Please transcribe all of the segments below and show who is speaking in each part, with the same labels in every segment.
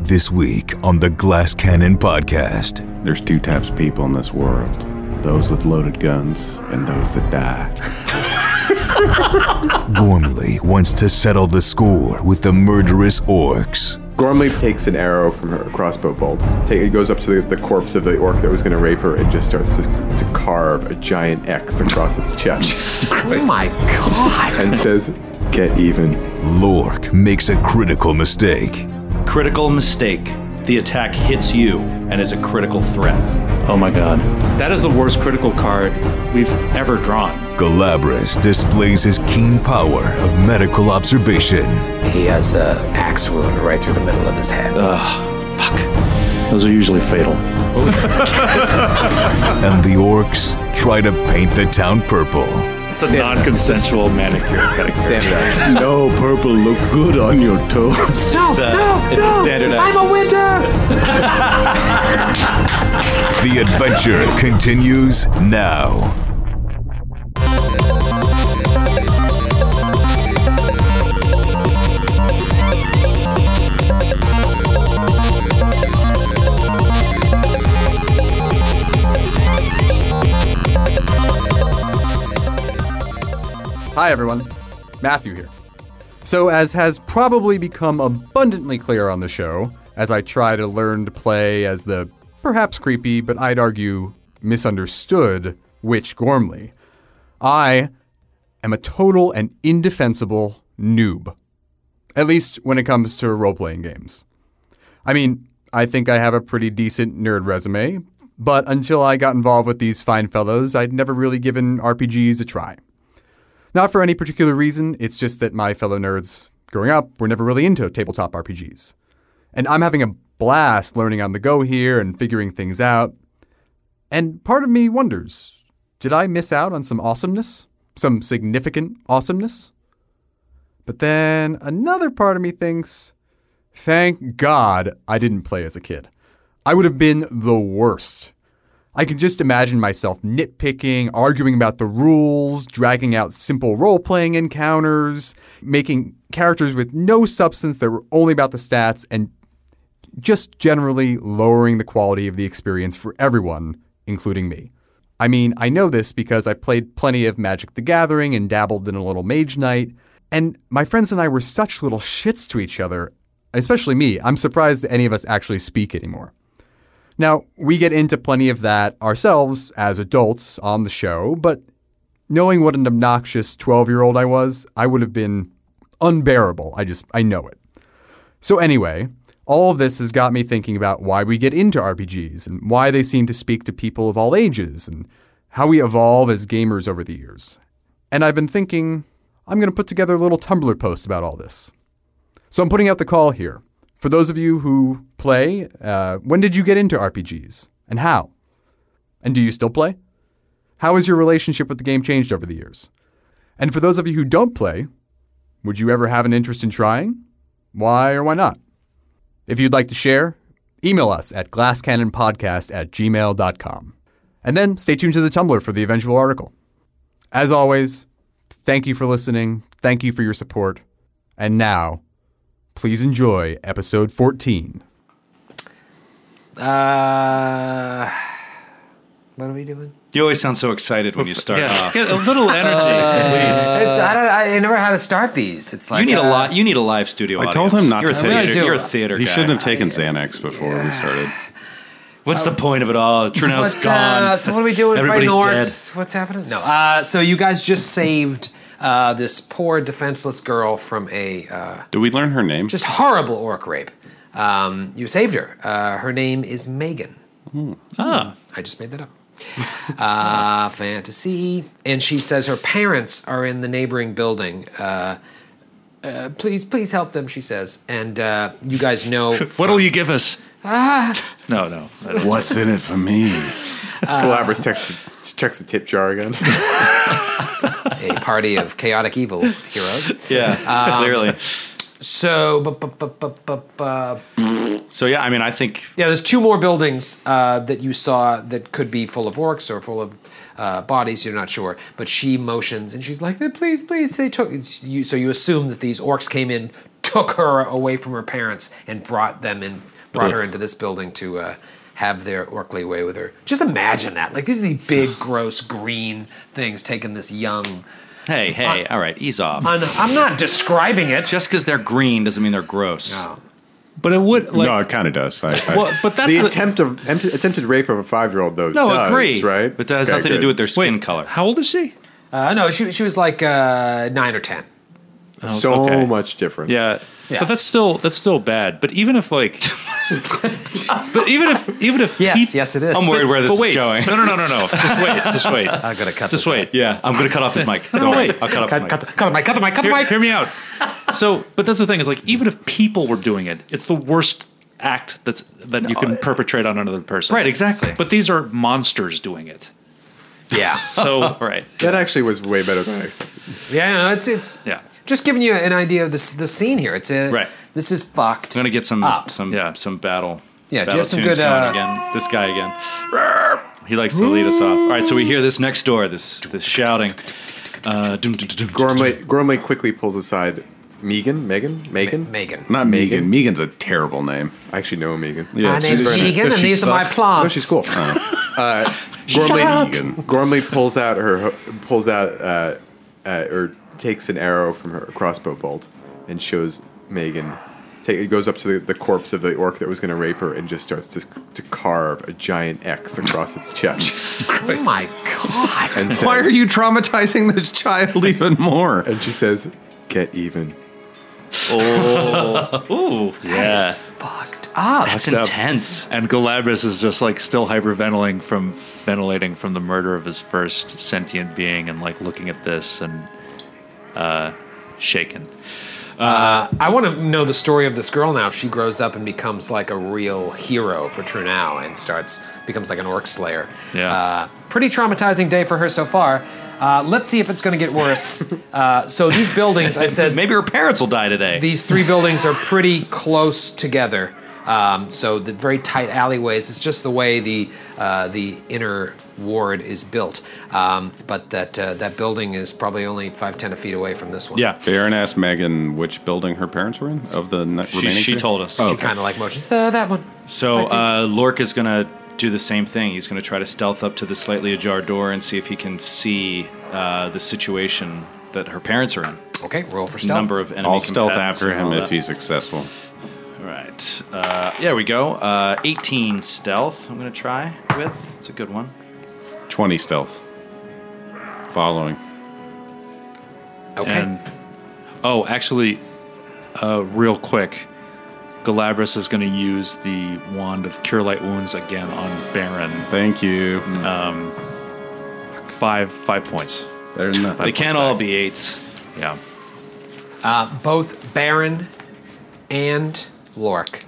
Speaker 1: This week on the Glass Cannon Podcast.
Speaker 2: There's two types of people in this world those with loaded guns and those that die.
Speaker 1: Gormley wants to settle the score with the murderous orcs.
Speaker 3: Gormley takes an arrow from her crossbow bolt. Take, it goes up to the, the corpse of the orc that was going to rape her and just starts to, to carve a giant X across its chest
Speaker 4: Oh my god.
Speaker 3: and says, Get even.
Speaker 1: Lork makes a critical mistake.
Speaker 5: Critical mistake. The attack hits you and is a critical threat.
Speaker 6: Oh my god. That is the worst critical card we've ever drawn.
Speaker 1: Galabras displays his keen power of medical observation.
Speaker 4: He has a axe wound right through the middle of his
Speaker 5: Oh,
Speaker 4: head.
Speaker 6: Those are usually fatal.
Speaker 1: And the orcs try to paint the town purple.
Speaker 6: It's a non consensual manicure. pedicure.
Speaker 3: Stand it up.
Speaker 2: no purple look good on your toes.
Speaker 6: It's
Speaker 5: uh,
Speaker 6: a, it's a standard action.
Speaker 1: The adventure continues now.
Speaker 7: Hi, everyone. Matthew here. So, as has probably become abundantly clear on the show, as I try to learn to play as the perhaps creepy, but I'd argue misunderstood Witch Gormley, I am a total and indefensible noob. At least when it comes to role playing games. I mean, I think I have a pretty decent nerd resume, but until I got involved with these fine fellows, I'd never really given RPGs a try. Not for any particular reason, it's just that my fellow nerds growing up were never really into tabletop RPGs. And I'm having a blast learning on the go here and figuring things out. And part of me wonders did I miss out on some awesomeness? Some significant awesomeness? But then another part of me thinks thank God I didn't play as a kid. I would have been the worst. I can just imagine myself nitpicking, arguing about the rules, dragging out simple role playing encounters, making characters with no substance that were only about the stats, and just generally lowering the quality of the experience for everyone, including me. I mean, I know this because I played plenty of Magic the Gathering and dabbled in a little Mage Knight, and my friends and I were such little shits to each other, especially me. I'm surprised any of us actually speak anymore. Now, we get into plenty of that ourselves as adults on the show, but knowing what an obnoxious 12 year old I was, I would have been unbearable. I just, I know it. So, anyway, all of this has got me thinking about why we get into RPGs and why they seem to speak to people of all ages and how we evolve as gamers over the years. And I've been thinking, I'm going to put together a little Tumblr post about all this. So I'm putting out the call here. For those of you who play, uh, when did you get into RPGs and how? And do you still play? How has your relationship with the game changed over the years? And for those of you who don't play, would you ever have an interest in trying? Why or why not? If you'd like to share, email us at glasscannonpodcast at gmail.com. And then stay tuned to the Tumblr for the eventual article. As always, thank you for listening. Thank you for your support. And now, please enjoy episode 14.
Speaker 4: Uh, what are we doing?
Speaker 5: You always sound so excited when you start
Speaker 6: Yeah.
Speaker 5: off. Uh,
Speaker 6: Get a little energy, please.
Speaker 4: It's, I don't. I never know how to start these. It's like
Speaker 5: You need
Speaker 4: uh,
Speaker 5: a lot. You need a live studio.
Speaker 2: I told him not
Speaker 5: You're
Speaker 2: to
Speaker 5: A
Speaker 2: take
Speaker 5: theater,
Speaker 4: it. I do.
Speaker 5: You're a theater
Speaker 2: He
Speaker 5: guy.
Speaker 2: shouldn't have taken Xanax before we started.
Speaker 5: What's the point of it all? Trunel's
Speaker 4: What's,
Speaker 5: gone.
Speaker 4: uh, so what are we doing?
Speaker 5: Everybody's
Speaker 4: fighting
Speaker 5: dead.
Speaker 4: orcs? What's happening? No. Uh, so you guys just saved uh, this poor defenseless girl from a uh,
Speaker 2: Did we learn her name?
Speaker 4: just horrible orc rape. Um, you saved her. Uh, her name is Megan.
Speaker 6: Ah.
Speaker 4: I just made that up. uh, fantasy. And she says her parents are in the neighboring building. Uh, uh, please, please help them, she says. And uh, you guys know.
Speaker 6: What'll you give us? No, no.
Speaker 2: What's in it for me?
Speaker 3: Galabras checks the, checks the tip jar again.
Speaker 4: a party of chaotic evil heroes.
Speaker 6: Yeah, clearly.
Speaker 4: So, bu- bu- bu- bu- bu- bu-
Speaker 5: So yeah, I mean, I think
Speaker 4: yeah, there's two more buildings uh, that you saw that could be full of orcs or full of uh, bodies. You're not sure, but she motions and she's like, "Please, please." They took you, so you assume that these orcs came in, took her away from her parents and brought them in, brought her into this building to uh, have their Orkley way with her. Just imagine that. Like these are the big, gross, green things taking this young.
Speaker 5: Hey, hey, all right, ease off.
Speaker 4: I know- I'm not describing Uh, it.
Speaker 5: Just because they're green doesn't mean they're gross.
Speaker 4: No.
Speaker 5: But it would like.
Speaker 2: no, it kind of does. I, I-
Speaker 5: well, but that's
Speaker 3: the
Speaker 5: the-
Speaker 3: attempt of attempt- attempted rape of a five year old though.
Speaker 5: No,
Speaker 3: does,
Speaker 5: agree.
Speaker 3: Right,
Speaker 5: But that has
Speaker 3: Okay,
Speaker 5: nothing to
Speaker 3: good.
Speaker 5: do with their skin color.
Speaker 6: How old is she?
Speaker 4: Uh, no, she, she was like uh, nine or ten.
Speaker 3: so
Speaker 6: okay.
Speaker 3: much different.
Speaker 6: Yeah.
Speaker 4: Yeah.
Speaker 6: But that's still that's still bad. But even if like But even if even if
Speaker 4: Yes,
Speaker 6: Pete-
Speaker 4: yes, it is.
Speaker 5: I'm worried where this
Speaker 6: but
Speaker 5: is
Speaker 6: wait,
Speaker 5: going.
Speaker 6: No no no no no. Just wait, just wait.
Speaker 4: I gotta cut
Speaker 6: just
Speaker 4: this.
Speaker 6: wait.
Speaker 5: Yeah, I'm gonna cut off his mic. Don't worry, I'll cut off his mic.
Speaker 4: Cut, the- cut the mic. Cut the mic. Cut the
Speaker 6: Hear,
Speaker 4: mic.
Speaker 6: hear me out. So but that's the thing, is like even if people were doing it, it's the worst act that's that you can perpetrate on another person.
Speaker 5: Right, exactly.
Speaker 6: But these are monsters doing it.
Speaker 4: Yeah.
Speaker 6: So right.
Speaker 3: that actually was way better than I expected.
Speaker 4: Yeah. No, it's it's.
Speaker 6: Yeah.
Speaker 4: Just giving you an idea of this the scene here. It's a,
Speaker 5: Right.
Speaker 4: This is fucked.
Speaker 5: I'm gonna get some
Speaker 4: Up.
Speaker 5: some
Speaker 6: Yeah.
Speaker 5: some battle.
Speaker 4: Yeah, do you
Speaker 5: battle
Speaker 4: have some good,
Speaker 5: tunes going
Speaker 4: uh,
Speaker 5: again. This guy again. He likes to lead us off. All right, so we hear this next door, this this shouting. Uh, dum, dum, dum, dum,
Speaker 3: Gormley Gormley quickly pulls aside Megan. Megan. Megan.
Speaker 4: Megan.
Speaker 2: not Megan. Megan's a terrible name.
Speaker 3: I actually know Megan.
Speaker 4: My
Speaker 2: she
Speaker 4: name's
Speaker 2: does-
Speaker 4: Megan,
Speaker 2: does
Speaker 4: and
Speaker 2: she
Speaker 4: these are my
Speaker 2: suck?
Speaker 4: plants.
Speaker 3: No, she's cool.
Speaker 2: Uh,
Speaker 3: Uh,
Speaker 2: Gormley
Speaker 3: Gormley, Gormley pulls out her pulls out uh, uh, or takes an arrow from her crossbow bolt and shows Megan. Take, it goes up to the, the corpse of the orc that was going to rape her and just starts to, to carve a giant X across its chest.
Speaker 4: Oh my god.
Speaker 3: And says-
Speaker 7: Why are you traumatizing this child even more?
Speaker 3: And she says, "Get even."
Speaker 5: Yeah,
Speaker 4: fucked up.
Speaker 5: that's intense.
Speaker 6: And Galabras is just like still hyperventilating from ventilating from the murder of his first sentient being and like looking at this and uh shaken.
Speaker 4: I want to know the story of this girl now. If she grows up and becomes like a real hero for True Now and starts becomes like an orc slayer.
Speaker 6: Yeah.
Speaker 4: Uh, pretty traumatizing day for her so far. Uh, let's see if it's going to get worse. uh, so these buildings, I said,
Speaker 5: Maybe her parents will die today.
Speaker 4: these three buildings are pretty close together. Um, so the very tight alleyways is just the way the uh, the inner ward is built. Um, but that uh, that building is probably only five ten feet away from this one.
Speaker 5: yeah,
Speaker 2: Aaron asked Megan which building her parents were in of the ne-
Speaker 5: she,
Speaker 2: remaining
Speaker 5: she
Speaker 2: two?
Speaker 5: told us.
Speaker 3: Oh.
Speaker 4: She kind of like motions "There, that one.
Speaker 5: So
Speaker 4: I think-
Speaker 5: uh, Lork is gonna do the same thing. He's gonna try to stealth up to the slightly ajar door and see if he can see uh, the situation that her parents are in.
Speaker 4: Okay, roll for stealth.
Speaker 5: Number of enemy.
Speaker 2: I'll stealth
Speaker 5: combatants
Speaker 2: after
Speaker 5: and all
Speaker 2: him if
Speaker 5: that.
Speaker 2: he's successful.
Speaker 5: All right. Uh, yeah, we go. Uh, 18 stealth. I'm gonna try with. It's a good one.
Speaker 2: 20 stealth. Following.
Speaker 4: Okay.
Speaker 6: And oh, actually, uh, real quick, Galabras is going to use the wand of cure light wounds again on Baron.
Speaker 2: Thank you.
Speaker 5: Mm.
Speaker 6: Five five points.
Speaker 2: There's
Speaker 5: They
Speaker 2: nothing.
Speaker 5: can't all be eights.
Speaker 6: Yeah.
Speaker 4: Both Baron and Lork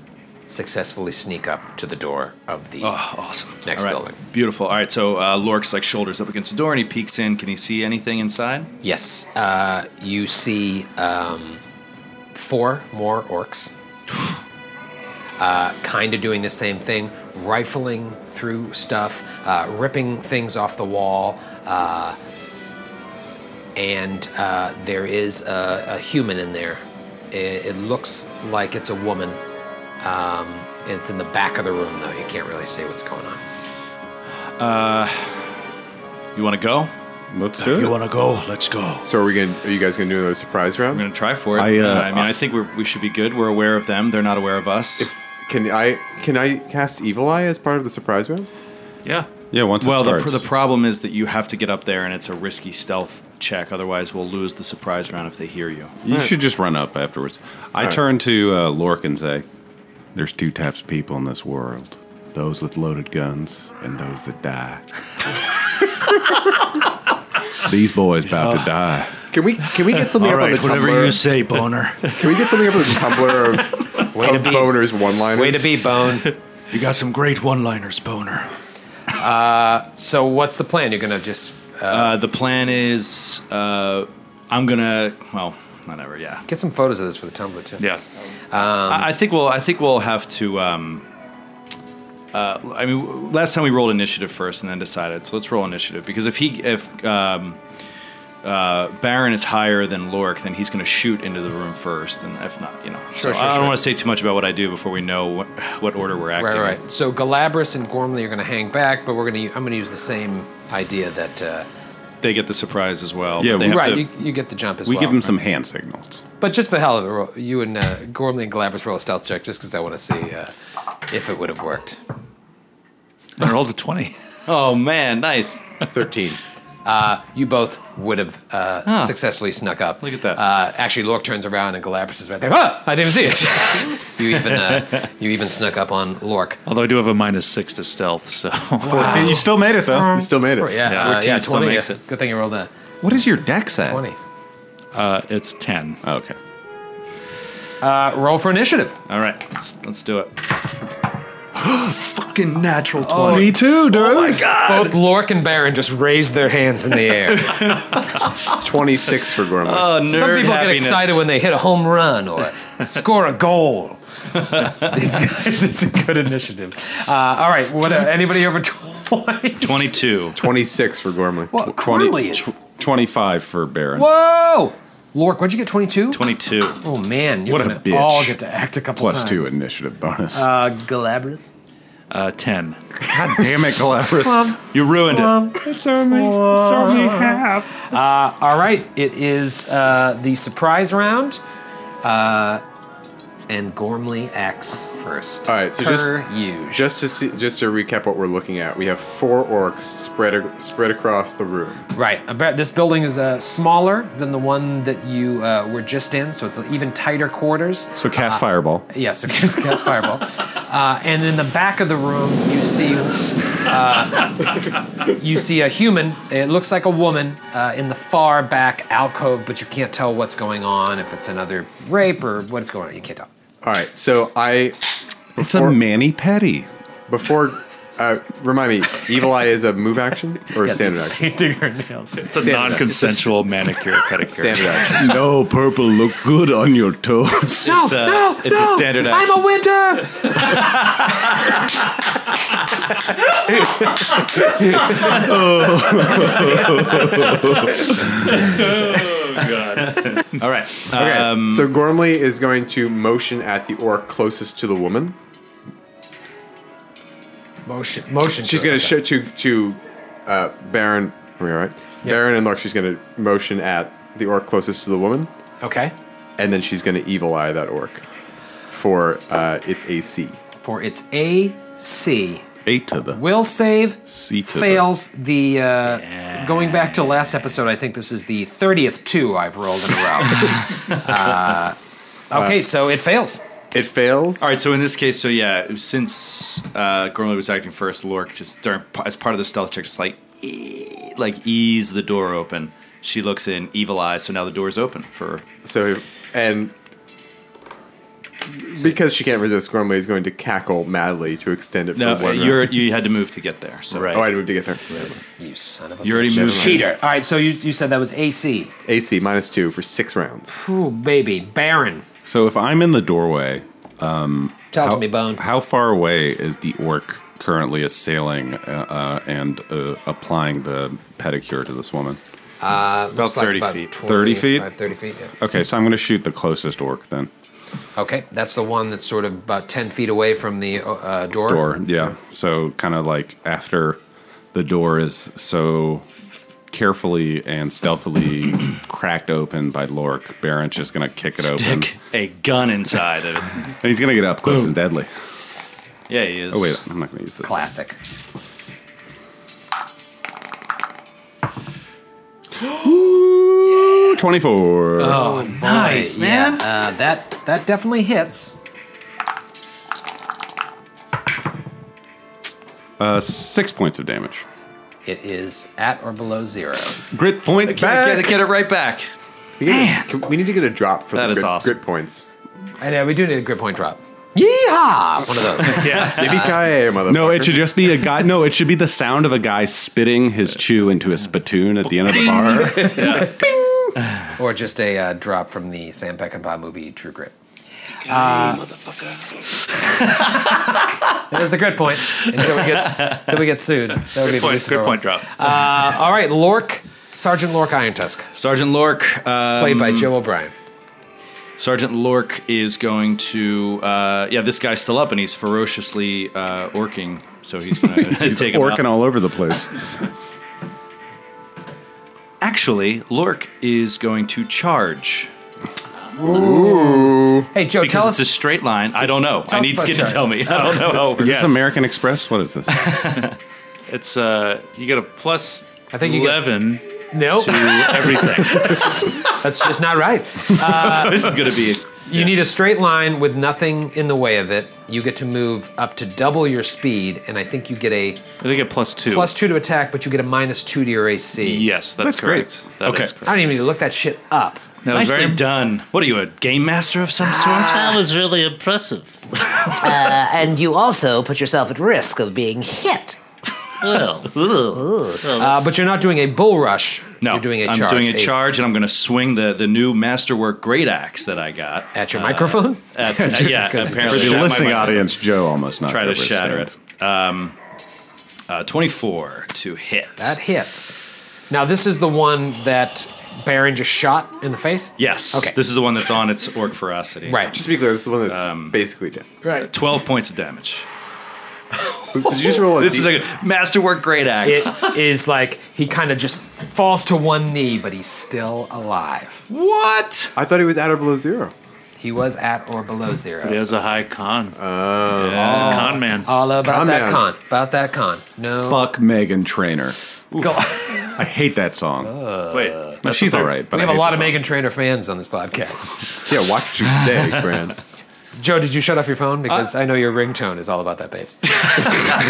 Speaker 4: successfully sneak up to the door of the.
Speaker 5: Oh, awesome.
Speaker 4: Next
Speaker 5: All right.
Speaker 4: building.
Speaker 5: Beautiful. All right. So uh, Lork's like shoulders up against the door and he peeks in. Can he see anything inside?
Speaker 4: Yes, uh, you see um, four more orcs. Uh, kind of doing the same thing, rifling through stuff, uh, ripping things off the wall, uh, and uh, there is a, a human in there. It, it looks like it's a woman. Um, it's in the back of the room, though. You can't really see what's going on.
Speaker 5: You want to go?
Speaker 2: Let's do it.
Speaker 5: to go? Let's go.
Speaker 3: So are we going? to Are you guys going to do another surprise round?
Speaker 5: We're gonna try for it.
Speaker 2: I, uh,
Speaker 5: Uh, I mean, I
Speaker 2: us-
Speaker 5: think we're, we should be good. We're aware of them. They're not aware of us.
Speaker 3: Can I? Can I cast Evil Eye as part of the surprise round?
Speaker 6: Yeah.
Speaker 2: Yeah, once
Speaker 5: well,
Speaker 2: it
Speaker 5: the,
Speaker 2: starts.
Speaker 5: pr- the problem is that you have to get up there, and it's a risky stealth check. Otherwise, we'll lose the surprise round if they hear you.
Speaker 2: you should just run up afterwards. I turn to uh, Lork and say, There's two types of people in this world those with loaded guns and those that die. These boys about to die.
Speaker 3: Can we? Can we get something up on the Tumblr?
Speaker 5: say, boner.
Speaker 3: Can we get something up on the Tumblr of, of boners one liners?
Speaker 4: Way to be, Bone.
Speaker 5: you got some great one-liners, boner.
Speaker 4: Uh, so, what's the plan? You're going to just
Speaker 5: Uh, the plan is, uh, I'm gonna. Well, whatever. Yeah.
Speaker 4: Get some photos of this for the Tumblr too.
Speaker 6: Yeah.
Speaker 5: I, I think we'll. I think we'll have to. Um, uh, I mean, last time we rolled initiative first and then decided. So let's roll initiative because if he, if um, uh, Baron is higher than Lork, then he's going to shoot into the room first. And if not, you know,
Speaker 4: Sure, sure,
Speaker 5: So I don't
Speaker 4: sure.
Speaker 5: want to say too much about what I do before we know what, what order we're
Speaker 4: Right,
Speaker 5: acting.
Speaker 4: right. So Galabras and Gormley are going to hang back, but we're going to. I'm going to use the same idea that. Uh,
Speaker 5: They get the surprise as well.
Speaker 2: Yeah,
Speaker 5: but they have
Speaker 4: right,
Speaker 5: to-
Speaker 4: you, you get the jump as
Speaker 2: We
Speaker 4: well.
Speaker 2: give him some hand signals.
Speaker 4: But just for hell of it, roll- you and uh, Gormley and Galabras roll a stealth check just because I want to see uh, if it would have worked.
Speaker 6: I rolled a 20.
Speaker 5: oh man, nice.
Speaker 3: Thirteen.
Speaker 4: You both would have uh, successfully snuck up.
Speaker 5: Look at that.
Speaker 4: Uh, actually, Lork turns around and Galabras is right there. Ah, I didn't see it. you even uh, you even snuck up on Lork.
Speaker 6: Although I do have a minus six to stealth, so.
Speaker 2: Fourteen. You still made it though.
Speaker 3: You still made it.
Speaker 4: Yeah,
Speaker 6: Yeah,
Speaker 4: uh,
Speaker 6: 14
Speaker 4: yeah,
Speaker 6: still
Speaker 4: twenty.
Speaker 6: makes it.
Speaker 4: Good thing you rolled a
Speaker 2: What is your dex at?
Speaker 4: twenty.
Speaker 6: Uh, it's 10.
Speaker 2: Oh, okay.
Speaker 4: Uh, roll for initiative.
Speaker 5: All right, let's, let's do it.
Speaker 3: Fucking natural twenty.
Speaker 2: Me too, dude.
Speaker 5: Oh
Speaker 4: Both Lork and Baron just raised their hands in the air. Oh.
Speaker 3: Twenty-six for Gormley.
Speaker 5: Oh, nerd
Speaker 4: Some people
Speaker 5: happiness.
Speaker 4: get excited when they hit a home run or score a goal. These guys, it's a good initiative. Uh, all right, what, uh, anybody over twenty?
Speaker 5: 22.
Speaker 3: Twenty-six for Gormley.
Speaker 4: What? Corley is-
Speaker 2: tw- 25 for Baron.
Speaker 4: Whoa, Lork, what'd you get? Twenty-two.
Speaker 5: 22.
Speaker 4: Oh man, you're
Speaker 2: What a
Speaker 4: gonna
Speaker 2: bitch.
Speaker 4: all get to act a couple
Speaker 2: Plus
Speaker 4: times.
Speaker 2: two initiative bonus.
Speaker 4: Uh, Galabras.
Speaker 6: Uh, 10.
Speaker 2: God damn it, Galabras.
Speaker 5: You ruined it.
Speaker 4: All right, it is uh, the surprise round, uh, and Gormley acts first.
Speaker 3: All right, so just-
Speaker 4: per usual.
Speaker 3: Just to see, just to recap what we're looking at, we have four orcs spread a- spread across the room.
Speaker 4: Right. About- This building is uh, smaller than the one that you uh, were just in, so it's even tighter quarters.
Speaker 2: so cast fireball.
Speaker 4: Yes, yeah, so cast fireball. Uh, and in the back of the room, you see uh, you see a human. It looks like a woman uh, in the far back alcove, but you can't tell what's going on. If it's another rape or what's going on, you can't tell.
Speaker 3: All right, so I
Speaker 2: It's a
Speaker 3: Or-
Speaker 2: Manny Petty.
Speaker 3: before uh, remind me, evil eye is a move action or a
Speaker 4: Yes,
Speaker 3: standard
Speaker 4: it's
Speaker 3: action?
Speaker 4: painting her nails.
Speaker 6: It's a
Speaker 3: Standard.
Speaker 6: non consensual manicure pedicure.
Speaker 3: Standard action.
Speaker 2: no, purple look good on your toes.
Speaker 4: No,
Speaker 5: It's a-
Speaker 4: no,
Speaker 5: it's a
Speaker 4: no,
Speaker 5: standard
Speaker 4: I'm a winter.
Speaker 5: All right. Uh,
Speaker 3: Okay, so Gormley is going to motion at the orc closest to the woman.
Speaker 4: Motion, motion.
Speaker 3: She's
Speaker 4: to
Speaker 3: going
Speaker 4: it.
Speaker 3: to show to to uh, Baron. Are we all right? Baron and Lark. She's going to motion at the orc closest to the woman,
Speaker 4: Okay.
Speaker 3: and then she's going to evil eye that orc for uh, its AC.
Speaker 4: for its AC.
Speaker 2: Eight to the.
Speaker 4: Will save
Speaker 2: C to the-
Speaker 4: fails the. uh, Going back to last episode, I think this is the thirtieth two I've rolled in a row. uh, okay, so it fails.
Speaker 3: It fails.
Speaker 5: all right, so in this case, so yeah, since uh, Gormley was acting first, Lork just during, as part of the stealth check, just like ee- like ease the door open. She looks in, evil eyes. So now the door's open for
Speaker 3: So and because she can't resist, Gormley is going to cackle madly to extend it for
Speaker 5: no.
Speaker 3: one
Speaker 5: You're
Speaker 3: round.
Speaker 5: you had to move to get there. So
Speaker 6: Right.
Speaker 3: Oh, I moved to get there.
Speaker 4: You son of a.
Speaker 5: you already moved.
Speaker 4: cheater. All right, so you, you said that was AC.
Speaker 3: AC minus two for six rounds.
Speaker 4: Ooh, baby, Baron.
Speaker 2: So if I'm in the doorway,
Speaker 4: Talk
Speaker 2: how,
Speaker 4: to me, Bone.
Speaker 2: how far away is the orc currently assailing uh, uh, and uh, applying the pedicure to this woman?
Speaker 4: about
Speaker 5: 30 feet.
Speaker 2: 30 feet?
Speaker 4: Thirty feet. Yeah.
Speaker 2: Okay, so I'm going to shoot the closest orc then.
Speaker 4: Okay, that's the one that's sort of about ten feet away from the uh, door.
Speaker 2: Door, yeah. So kind of like after the door is so carefully and stealthily cracked open by Lork, Baron's just going to kick it open.
Speaker 5: Stick a gun inside of it.
Speaker 2: And he's going to get up close and deadly.
Speaker 5: Yeah, he is.
Speaker 2: Oh, wait, I'm not going to use this.
Speaker 4: Classic.
Speaker 2: Ooh, 24.
Speaker 5: Oh, nice man.
Speaker 4: Oh, Uh, that that definitely hits.
Speaker 2: Uh, six points of damage.
Speaker 4: It is at or below zero.
Speaker 2: Grit point
Speaker 5: Get, it- get it right back.
Speaker 3: We need, to- we need to get a drop for
Speaker 5: That
Speaker 3: the
Speaker 5: is
Speaker 3: grit,
Speaker 5: awesome.
Speaker 3: grit points.
Speaker 4: I know we do need a grid point drop.
Speaker 5: Ah,
Speaker 4: Yeehaw! One of those.
Speaker 3: Yippee-ki-yay, motherfucker.
Speaker 2: No, it should just be a guy. No, it should be the sound of a guy spitting his chew into a spittoon at the end of the bar.
Speaker 4: or just a uh, drop from the Sam Peckinpah movie True Grit. Uh, There's the grid point until we get until we get sued. That would be the least of
Speaker 6: Good
Speaker 4: our
Speaker 6: point
Speaker 4: worries.
Speaker 6: drop.
Speaker 4: Uh, all right, Lork Sergeant Lork Iron Tusk,
Speaker 5: Sergeant Lork, uh,
Speaker 4: played by Joe O'Brien.
Speaker 5: Sergeant Lork is going to. Uh, yeah, this guy's still up and he's ferociously uh, orking, so he's going to take him out.
Speaker 2: Orking all over the place.
Speaker 5: Actually, Lork is going to charge.
Speaker 4: Hey, Joe,
Speaker 5: Because
Speaker 4: tell us.
Speaker 5: it's a straight line. I don't know. I
Speaker 4: us
Speaker 5: need
Speaker 4: about
Speaker 5: Skid to
Speaker 4: charge.
Speaker 5: tell me. I don't know how it works.
Speaker 2: Is this American Express? What is this?
Speaker 6: It's uh, you get a plus.
Speaker 4: I think you get-
Speaker 6: eleven
Speaker 4: nope,
Speaker 6: to everything.
Speaker 4: that's just not right.
Speaker 5: this is going to be.
Speaker 4: You need a straight line with nothing in the way of it. You get to move up to double your speed, and I think you get a
Speaker 6: I think get plus two.
Speaker 4: plus two to attack, but you get a minus two to your AC.
Speaker 6: Yes, that's,
Speaker 2: That's great.
Speaker 6: correct. That
Speaker 5: Okay.
Speaker 6: is
Speaker 4: I
Speaker 6: correct.
Speaker 4: don't even need to look that shit up.
Speaker 6: That was
Speaker 5: Nicely
Speaker 6: very
Speaker 5: done. What are you, a game master of some sort?
Speaker 4: Ah,
Speaker 8: That was really impressive.
Speaker 9: Uh, And you also put yourself at risk of being hit.
Speaker 8: Well,
Speaker 4: Uh, but you're not doing a bull rush.
Speaker 5: No,
Speaker 4: you're doing a
Speaker 5: I'm
Speaker 4: charge.
Speaker 5: doing a charge, and I'm going to swing the, the new masterwork great axe that I got.
Speaker 4: at your microphone.
Speaker 5: At, yeah,
Speaker 2: For
Speaker 5: apparently
Speaker 2: the
Speaker 5: shat my
Speaker 2: listening
Speaker 5: microphone.
Speaker 2: audience, Joe almost knocked
Speaker 5: Try
Speaker 2: over
Speaker 5: to
Speaker 2: his
Speaker 5: shatter
Speaker 2: stand.
Speaker 5: it. Um, uh, 24 to hit.
Speaker 4: That hits. Now this is the one that Baron just shot in the face.
Speaker 5: yes.
Speaker 4: Okay.
Speaker 5: This is the one that's on its orc ferocity.
Speaker 4: right.
Speaker 3: Just to be clear, this is the one that's basically dead.
Speaker 4: right.
Speaker 5: 12 points of damage.
Speaker 3: Did you just roll a
Speaker 5: This
Speaker 3: D-
Speaker 5: is like a masterwork great axe.
Speaker 4: It is like he kind of just falls to one knee, but he's still alive.
Speaker 5: what?
Speaker 3: I thought he was at or below zero.
Speaker 4: He was at or below zero.
Speaker 6: He has a high con.
Speaker 5: Yeah.
Speaker 6: He's a con man.
Speaker 4: All about
Speaker 3: Con
Speaker 4: that
Speaker 3: man.
Speaker 4: con. About that con. No.
Speaker 2: Fuck Megan Trainer. I hate that song.
Speaker 5: Uh,
Speaker 6: Wait,
Speaker 2: no, she's all right. But
Speaker 4: we
Speaker 2: I
Speaker 4: have a
Speaker 2: hate
Speaker 4: lot
Speaker 2: the
Speaker 4: of
Speaker 2: song.
Speaker 4: Megan Trainer fans on this podcast.
Speaker 3: Yeah, watch what you say, Brand.
Speaker 4: Joe, did you shut off your
Speaker 6: Uh,
Speaker 4: phone? Because I know your ringtone is all about that bass.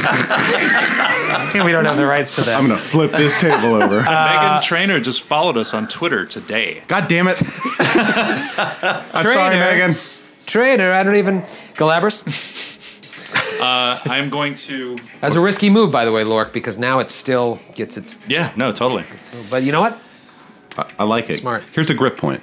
Speaker 4: and we don't have the rights to that.
Speaker 2: I'm gonna flip this table over.
Speaker 4: Uh,
Speaker 6: Megan Trainer just followed us on Twitter today.
Speaker 2: God damn it! I'm sorry,
Speaker 4: Trainer.
Speaker 2: Megan.
Speaker 4: Trainer, I don't even. Galabras?
Speaker 6: I'm going to.
Speaker 4: That's a risky move, by the way, Lork, because now it still gets its.
Speaker 5: Yeah, no, totally.
Speaker 4: But you know what?
Speaker 2: I, I like it.
Speaker 4: Smart.
Speaker 2: Here's a grip point.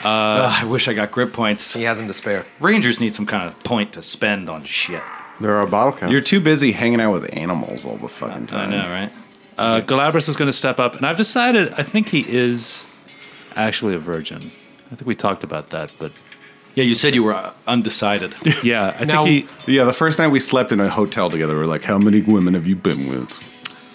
Speaker 5: Ugh, Uh, I wish I got grip points.
Speaker 4: He has him to spare.
Speaker 5: Rangers need some kind of point to spend on shit.
Speaker 3: There are bottle counts.
Speaker 2: You're too busy hanging out with animals all the fucking
Speaker 5: I
Speaker 2: time.
Speaker 5: know, right?
Speaker 6: Uh, Galabras is going to step up, and I've decided I think he is actually a virgin. I think we talked about that, but
Speaker 5: Yeah, you said you were uh, undecided.
Speaker 6: yeah, I
Speaker 4: Now-
Speaker 6: think he.
Speaker 2: Yeah, the first night we slept in a hotel together, we are like, "How many women have you been with?"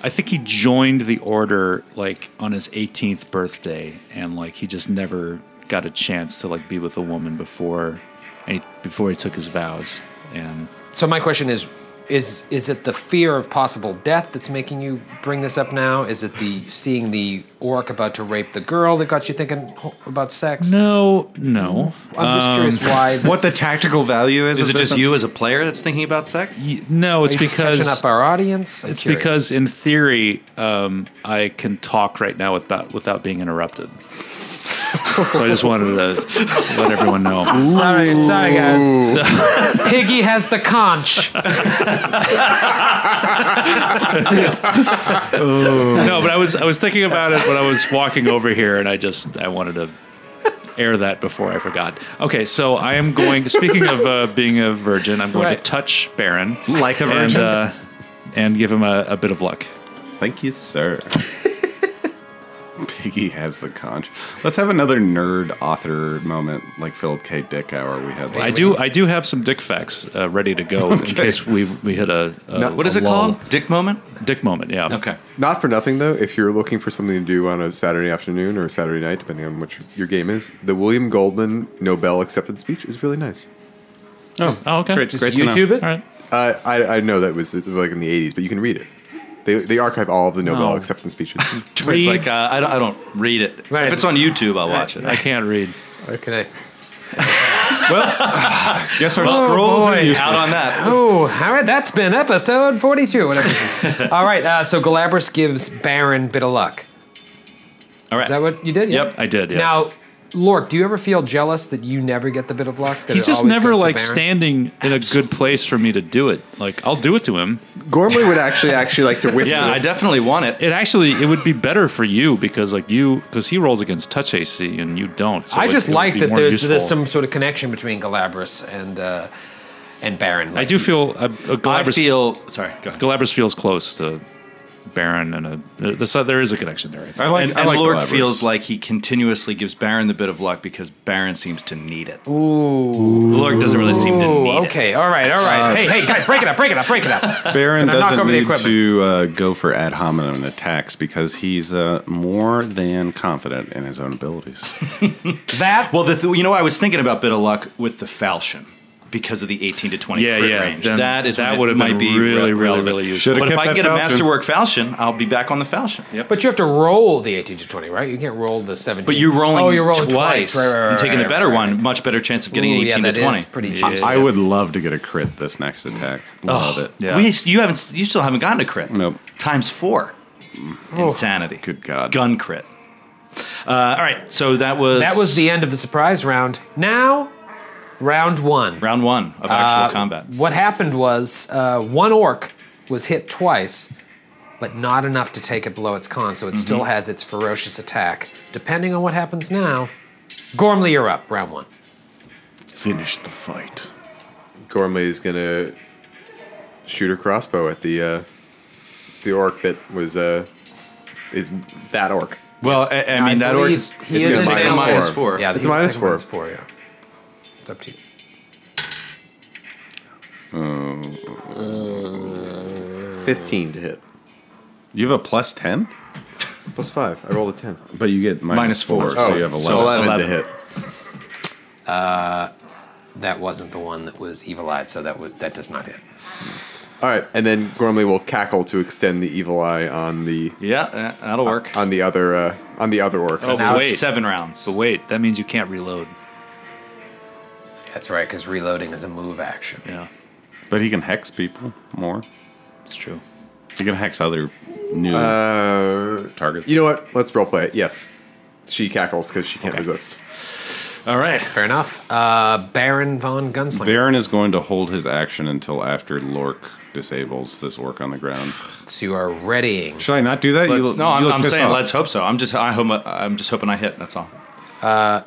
Speaker 6: I think he joined the order like on his 18th birthday, and like he just never got a chance to like be with a woman before, and he, before he took his vows. And
Speaker 4: So my question is, is is it the fear of possible death that's making you bring this up now? Is it the seeing the orc about to rape the girl that got you thinking ho- about sex?
Speaker 6: no, Um, no,
Speaker 4: I'm just curious why. This
Speaker 2: What the tactical value is?
Speaker 5: Is
Speaker 2: of
Speaker 5: it
Speaker 2: this
Speaker 5: just
Speaker 2: thing?
Speaker 5: you as a player that's thinking about sex?
Speaker 6: no.
Speaker 4: are
Speaker 6: It's
Speaker 4: you just
Speaker 6: because
Speaker 4: catching up our audience. I'm
Speaker 6: It's
Speaker 4: curious.
Speaker 6: because, in theory, um, I can talk right now without without being interrupted. so I just wanted to let everyone know.
Speaker 4: sorry, sorry guys. Piggy has the conch.
Speaker 6: No, but I was I was thinking about it when I was walking over here, and I just I wanted to air that before I forgot. Okay, so I am going. Speaking of uh, being a virgin, I'm going to
Speaker 4: Right.
Speaker 6: touch Baron
Speaker 2: like a
Speaker 6: and
Speaker 2: virgin?
Speaker 6: uh, and give him a, a bit of luck.
Speaker 2: Thank you, sir. Piggy has the conch. Let's have another nerd author moment, like Philip K. Dick hour we had.
Speaker 6: I
Speaker 2: Like,
Speaker 6: do I do have some dick facts uh, ready to go in case we we hit a, a
Speaker 5: What is
Speaker 6: a
Speaker 5: it
Speaker 6: lull.
Speaker 5: called? Dick moment?
Speaker 6: Dick moment. Yeah.
Speaker 5: Okay.
Speaker 3: Not for nothing though. If you're looking for something to do on a Saturday afternoon or a Saturday night, depending on what your- your game is, the William Goldman Nobel acceptance speech is really nice.
Speaker 6: Oh, okay.
Speaker 2: Great,
Speaker 6: Just
Speaker 2: great to know.
Speaker 4: YouTube it.
Speaker 6: All right.
Speaker 3: Uh, I, I know that was it's like in the '80s, but you can read it. They, they archive all of the Nobel
Speaker 6: No.
Speaker 3: acceptance speeches.
Speaker 5: It's like, uh, I, don't, I don't read it.
Speaker 4: Right.
Speaker 5: If it's on YouTube, I'll watch it.
Speaker 6: I can't read.
Speaker 4: Okay.
Speaker 2: Guess our scrolls are useless.
Speaker 5: Out on that.
Speaker 4: Oh, all right. That's been episode forty-two. Whatever. all right. Uh, so Galabras gives Baron bit of luck.
Speaker 5: All right.
Speaker 4: Is that what you did?
Speaker 5: Yep,
Speaker 6: I did, yes.
Speaker 4: Now, Lork, do you ever feel jealous that you never get the bit of luck? That
Speaker 6: He's
Speaker 4: it
Speaker 6: just
Speaker 4: always
Speaker 6: never
Speaker 4: goes to
Speaker 6: like
Speaker 4: Baron?
Speaker 6: standing in a good place for me to do it. Like I'll do it to him.
Speaker 3: Gormley would actually actually like to whisper.
Speaker 5: yeah, I
Speaker 3: this.
Speaker 5: definitely want it.
Speaker 6: It actually it would be better for you because like you because he rolls against touch AC and you don't. So
Speaker 4: I
Speaker 6: it-
Speaker 4: just
Speaker 6: it would
Speaker 4: like
Speaker 6: be
Speaker 4: that
Speaker 6: more
Speaker 4: there's
Speaker 6: useful.
Speaker 4: there's some sort of connection between Galabras and uh, and Baron.
Speaker 6: I do feel uh, uh,
Speaker 5: I
Speaker 6: Galabras,
Speaker 5: feel. Sorry, go ahead.
Speaker 6: Galabras feels close to Baron and a. So there is a connection there. I think.
Speaker 2: I like.
Speaker 5: and
Speaker 2: I
Speaker 5: and
Speaker 2: like the
Speaker 5: Lork
Speaker 2: Labyrinth.
Speaker 5: feels like he continuously gives Baron the bit of luck because Baron seems to need it.
Speaker 4: Ooh.
Speaker 5: Lork doesn't really seem to need
Speaker 4: Ooh,
Speaker 5: it.
Speaker 4: okay, all right, all
Speaker 6: Uh,
Speaker 4: right. hey, hey, guys, break it up, break it up, break it up.
Speaker 2: Baron
Speaker 4: Gonna knock
Speaker 2: doesn't
Speaker 4: over the
Speaker 2: need
Speaker 4: equipment.
Speaker 2: to uh, go for ad hominem attacks because he's uh, more than confident in his own abilities.
Speaker 4: That
Speaker 5: Well, the th- you know, I was thinking about bit of luck with the falchion because of the 18 to 20
Speaker 6: Yeah,
Speaker 5: crit
Speaker 6: yeah,
Speaker 5: range.
Speaker 6: then
Speaker 5: That is
Speaker 6: that
Speaker 5: when it
Speaker 6: would've
Speaker 5: might
Speaker 6: been
Speaker 5: be
Speaker 6: really,
Speaker 5: re-
Speaker 6: really,
Speaker 5: relevant.
Speaker 6: really useful.
Speaker 2: Should've
Speaker 5: But if
Speaker 2: kept
Speaker 5: I can
Speaker 2: that
Speaker 5: get
Speaker 2: falchion.
Speaker 5: a masterwork falchion, I'll be back on the falchion. Yep.
Speaker 4: But you have to roll the 18 to 20, right? You can't roll the 17.
Speaker 5: But you're rolling,
Speaker 4: oh, you're rolling
Speaker 5: twice,
Speaker 4: Right, right, right,
Speaker 5: and taking
Speaker 4: right,
Speaker 5: the better
Speaker 4: right,
Speaker 5: one,
Speaker 4: right.
Speaker 5: much better chance of getting
Speaker 4: Ooh,
Speaker 5: an
Speaker 4: yeah,
Speaker 5: 18
Speaker 4: that
Speaker 5: to
Speaker 4: is
Speaker 5: 20.
Speaker 4: pretty
Speaker 5: Yeah.
Speaker 4: juicy.
Speaker 2: I would love to get a crit this next attack. Love it.
Speaker 6: Yeah.
Speaker 5: We, you haven't you still haven't gotten a crit.
Speaker 2: Nope.
Speaker 5: Times 4. Insanity.
Speaker 2: Good God.
Speaker 5: Gun crit. Uh, all right, so that was
Speaker 4: That was the end of the surprise round. Now, round one. Uh,
Speaker 5: round 1 of actual combat.
Speaker 4: What happened was uh, one orc was hit twice, but not enough to take it below its con, so it
Speaker 5: Mm-hmm.
Speaker 4: still has its ferocious attack. Depending on what happens now, Gormley, you're up, round one.
Speaker 2: Finish the fight.
Speaker 3: Gormley is gonna shoot a crossbow at the uh, the orc that was uh, is that orc.
Speaker 5: Well, I, I mean that orc
Speaker 4: believe
Speaker 5: is
Speaker 4: he
Speaker 3: it's got
Speaker 4: is an
Speaker 3: minus
Speaker 4: animal.
Speaker 5: minus
Speaker 3: four.
Speaker 5: 4.
Speaker 4: Yeah,
Speaker 3: It's
Speaker 4: he would
Speaker 3: minus
Speaker 4: take a
Speaker 3: four.
Speaker 4: Minus four, yeah. It's up to you.
Speaker 3: Fifteen to hit.
Speaker 2: You have a plus ten,
Speaker 3: Plus five. I rolled a ten.
Speaker 2: but you get minus,
Speaker 5: Minus
Speaker 2: minus
Speaker 5: four.
Speaker 2: four, Oh, so you have eleven.
Speaker 3: Oh, So 11, to
Speaker 5: 11.
Speaker 3: hit.
Speaker 4: That wasn't the one that was evil eyed, so that was that does not hit.
Speaker 3: All right, and then Gormley will cackle to extend the evil eye on the
Speaker 5: Yeah, that- that'll work.
Speaker 3: on the other uh, on the other orc.
Speaker 2: Oh,
Speaker 5: So
Speaker 6: but
Speaker 5: now
Speaker 6: wait.
Speaker 5: it's seven rounds.
Speaker 6: But wait, that means you can't reload.
Speaker 4: That's right, because reloading is a move action.
Speaker 6: Yeah,
Speaker 2: But he can hex people more.
Speaker 6: it's true.
Speaker 2: He can hex other new targets.
Speaker 3: You know what? Let's roleplay it. Yes, she cackles because she can't resist.
Speaker 5: All right.
Speaker 4: Fair enough. Uh, Baron von Gunslinger.
Speaker 2: Baron is going to hold his action until after Lork disables this orc on the ground.
Speaker 4: So you are readying.
Speaker 2: Should I not do that? You
Speaker 5: Let's-
Speaker 2: look-
Speaker 5: no,
Speaker 2: you
Speaker 5: I'm,
Speaker 2: look
Speaker 5: I'm
Speaker 2: pissed
Speaker 5: saying
Speaker 2: off.
Speaker 5: let's hope so. I'm just I hope I'm just hoping I hit. That's all. Uh,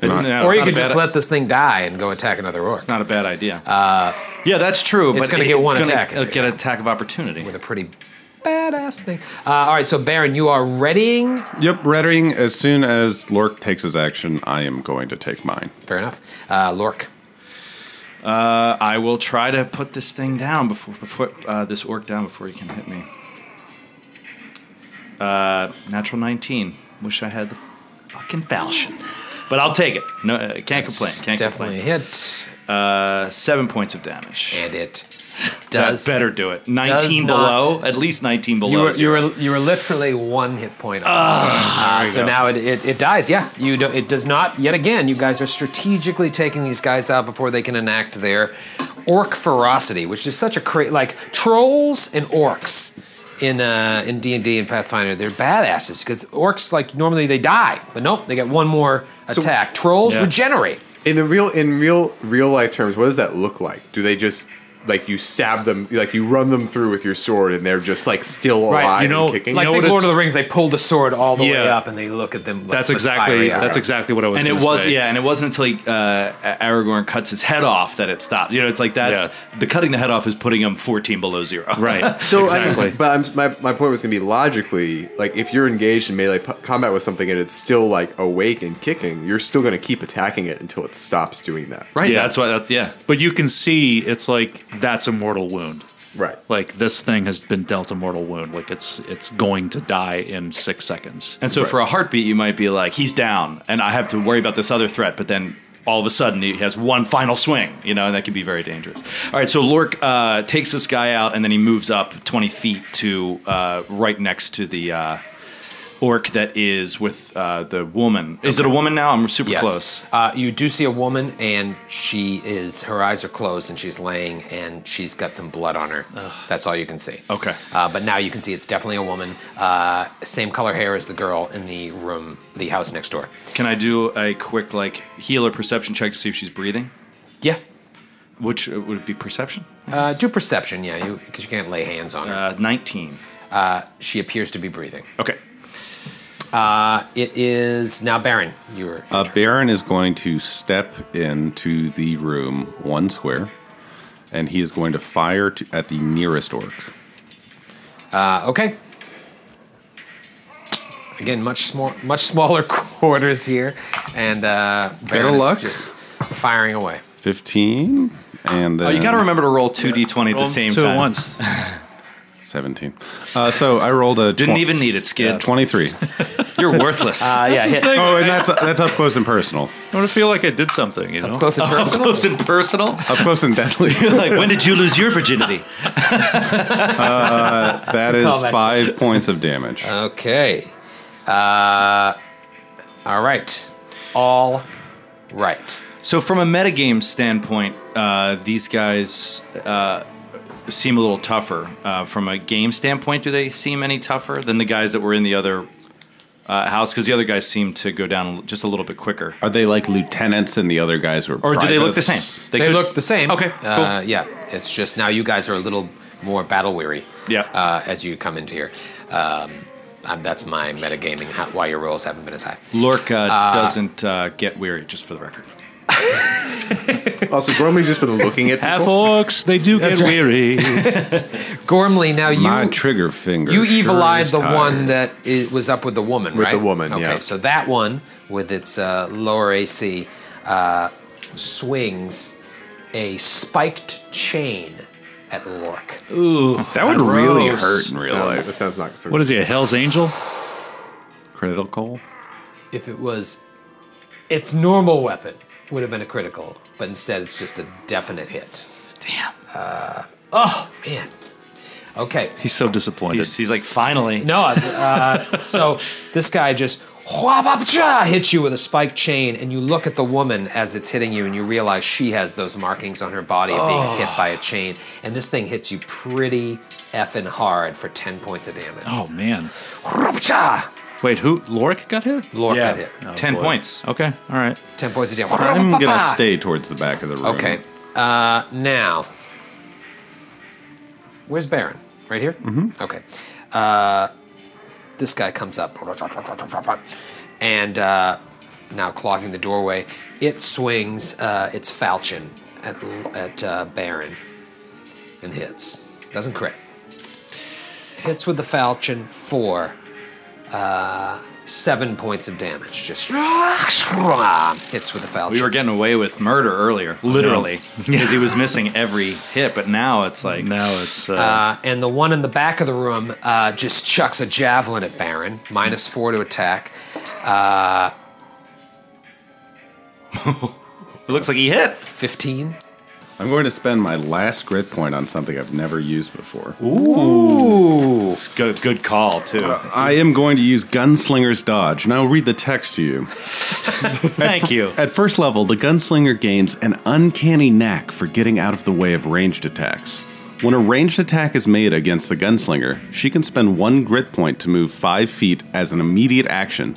Speaker 5: it's,
Speaker 2: Not-
Speaker 5: no,
Speaker 4: Or you
Speaker 5: not a
Speaker 4: could just
Speaker 5: bad-
Speaker 4: let this thing die and go attack another orc
Speaker 5: Not a bad idea. yeah, that's true. but
Speaker 4: Uh, gonna
Speaker 5: it-
Speaker 4: get one
Speaker 5: gonna
Speaker 4: attack at you.
Speaker 5: Get an attack of opportunity.
Speaker 4: with a pretty badass thing. Uh, all right, so Baron, you are readying.
Speaker 2: Yep, Reddering, as soon as Lork takes his action, I am going to take mine.
Speaker 4: Fair enough. Uh, Lork.
Speaker 5: Uh, I will try to put this thing down before before uh, this orc down before he can hit me. Uh, natural 19. Wish I had the fucking falchion, but I'll take it. No, uh, can't complain. Can't
Speaker 4: definitely
Speaker 5: complain.
Speaker 4: a hit,
Speaker 5: Uh, seven points of damage.
Speaker 4: and it
Speaker 5: That
Speaker 4: does
Speaker 5: better do it. 19
Speaker 4: not.
Speaker 5: below, at least 19 below.
Speaker 4: You were, you
Speaker 5: zero.
Speaker 4: were you were literally one hit point.
Speaker 6: Ah,
Speaker 4: off. Uh, so now it, it, it dies. Yeah, you do, it does not. Yet again, you guys are strategically taking these guys out before they can enact their orc ferocity, which is such a cra- like trolls and orcs in uh, in D and D and Pathfinder. They're badasses because orcs like normally they die, but nope, they get one more attack. Trolls regenerate.
Speaker 3: In the real in real real life terms, what does that look like? Do they just like you stab them, like you run them through with your sword, and they're just like still alive,
Speaker 4: Right, you
Speaker 3: and
Speaker 6: know,
Speaker 3: kicking?
Speaker 4: Like
Speaker 6: know
Speaker 4: the
Speaker 6: what
Speaker 4: Lord of
Speaker 6: it's-
Speaker 4: the Rings, they pull the sword all the way
Speaker 6: Yeah.
Speaker 4: up and they look at them. like,
Speaker 6: That's
Speaker 4: with
Speaker 6: exactly
Speaker 4: fiery
Speaker 6: that's
Speaker 4: arrows.
Speaker 6: exactly what I was.
Speaker 5: and it
Speaker 6: gonna
Speaker 5: was
Speaker 6: say.
Speaker 5: yeah, and it wasn't until he, uh, Aragorn cuts his head off that it stopped. You know, it's like that's the cutting the head off is putting him fourteen below zero.
Speaker 6: right.
Speaker 3: So I mean,
Speaker 6: exactly.
Speaker 3: but I'm, my, my point was going to be logically, like if you're engaged in melee p- combat with something and it's still like awake and kicking, you're still going to keep attacking it until it stops doing that.
Speaker 5: right.
Speaker 6: Yeah.
Speaker 5: That's why. That's yeah.
Speaker 6: but you can see it's like that's a mortal wound.
Speaker 3: Right.
Speaker 6: Like this thing has been dealt a mortal wound. Like it's it's going to die in six seconds.
Speaker 5: And so for a heartbeat, you might be like, he's down, and I have to worry about this other threat. But then all of a sudden, he has one final swing. You know, and that could be very dangerous. All right. So Lork uh, takes this guy out, and then he moves up twenty feet to uh, right next to the. Uh, Orc that is with uh, the woman. Is it a woman now? I'm super
Speaker 4: Yes.
Speaker 5: close.
Speaker 4: Uh, you do see a woman, and she is her eyes are closed, and she's laying, and she's got some blood on her. That's all you can see.
Speaker 5: Okay.
Speaker 4: Uh, but now you can see it's definitely a woman. Uh, same color hair as the girl in the room, the house next door.
Speaker 5: Can I do a quick like healer perception check to see if she's breathing?
Speaker 4: Yeah.
Speaker 5: Which uh, would it be perception?
Speaker 4: Uh, do perception, yeah, you because you can't lay hands on her.
Speaker 5: Uh, Nineteen.
Speaker 4: she appears to be breathing.
Speaker 5: Okay.
Speaker 4: It is now Baron. You're
Speaker 2: Uh, Baron is going to step into the room one square, and he is going to fire to, at the nearest orc.
Speaker 4: Uh, okay. Again, much small, much smaller quarters here, and uh, Baron
Speaker 2: luck.
Speaker 4: is just firing away.
Speaker 2: 15 and then
Speaker 5: Oh, you got to remember to roll two d20 at
Speaker 6: Roll
Speaker 5: the same
Speaker 6: two
Speaker 5: time.
Speaker 6: at once.
Speaker 2: 17 uh, so i rolled a
Speaker 5: Didn't
Speaker 2: twen-
Speaker 5: even need it, Skid.
Speaker 2: 23
Speaker 5: You're worthless.
Speaker 6: Uh, yeah, hit. I
Speaker 2: oh and that's that's up close and personal
Speaker 6: want to feel like I did something. You know,
Speaker 4: Close and personal.
Speaker 5: Close and personal.
Speaker 2: up close and deadly
Speaker 5: like, when did you lose your virginity?
Speaker 2: that is
Speaker 4: callback.
Speaker 2: five points of damage
Speaker 4: Uh, Okay. Uh, all right. All right.
Speaker 5: So, from a metagame standpoint, uh, these guys uh, seem a little tougher. Uh, from a game standpoint, do they seem any tougher than the guys that were in the other uh, house? Because the other guys seem to go down just a little bit quicker.
Speaker 2: are they like lieutenants and the other guys were
Speaker 5: Or do they look the same?
Speaker 2: privates?
Speaker 4: They,
Speaker 5: could-
Speaker 4: look the same.
Speaker 5: Okay, cool.
Speaker 4: Uh, yeah. It's just now you guys are a little more battle weary.
Speaker 5: Yeah.
Speaker 4: Uh, as you come into here. Um, um, that's my metagaming, how, why your rolls haven't been as high.
Speaker 5: Lork uh, doesn't uh, get weary, just for the record.
Speaker 3: Also, Gormley's just been looking at
Speaker 6: half
Speaker 3: people.
Speaker 6: orcs they do get weary.
Speaker 4: Gormley, now you.
Speaker 2: my trigger finger
Speaker 4: You evil
Speaker 2: sure
Speaker 4: eyed
Speaker 2: is
Speaker 4: the
Speaker 2: tired.
Speaker 4: one that i was up with the woman,
Speaker 3: With
Speaker 4: right?
Speaker 3: the woman,
Speaker 4: okay,
Speaker 3: yeah.
Speaker 4: so that one with its uh, lower AC uh, swings a spiked chain at Lork.
Speaker 2: that would really
Speaker 5: Gross.
Speaker 2: hurt in real
Speaker 3: Sound-
Speaker 2: life
Speaker 3: That sounds not so
Speaker 6: What is he? A Hell's Angel?
Speaker 2: critical
Speaker 4: If it was its normal weapon, it would have been a critical, but instead it's just a definite hit. Damn. Uh, oh man. Okay.
Speaker 6: He's so disappointed.
Speaker 5: He's, he's like, finally.
Speaker 4: No, uh, so this guy just whop-up-cha, hits you with a spiked chain, and you look at the woman as it's hitting you, and you realize she has those markings on her body of being hit by a chain, and this thing hits you pretty effing hard for 10 points of damage.
Speaker 6: oh man!
Speaker 4: Whop-cha!
Speaker 6: Wait, who? Lorik got hit?
Speaker 4: Lord
Speaker 5: Yeah.
Speaker 4: got hit.
Speaker 6: Oh,
Speaker 5: Ten
Speaker 6: boy.
Speaker 5: points.
Speaker 6: Okay, all right.
Speaker 4: 10 points of damage.
Speaker 2: i'm gonna
Speaker 4: Whop-pa-pa.
Speaker 2: stay towards the back of the room
Speaker 4: Okay, uh, now. Where's Baron? Right here? Mm-hmm. Okay. Uh, this guy comes up. And uh, now clogging the doorway, it swings uh, its falchion at, at uh, Baron and hits. Doesn't crit. Hits with the falchion for uh, seven points of damage. Just hits with the falchion.
Speaker 5: We were getting away with murder earlier, literally, because he was missing every hit. But now it's like,
Speaker 6: Now it's uh,
Speaker 4: Uh, and the one in the back of the room uh, just chucks a javelin at Baron, minus four to attack.
Speaker 5: it looks like he hit.
Speaker 4: 15.
Speaker 2: i'm going to spend my last grit point on something i've never used before
Speaker 5: It's good, good call too.
Speaker 2: I am going to use Gunslinger's Dodge, and I'll read the text to you.
Speaker 5: Thank you.
Speaker 2: At first level, the gunslinger gains an uncanny knack for getting out of the way of ranged attacks. When a ranged attack is made against the gunslinger, she can spend one grit point to move five feet as an immediate action.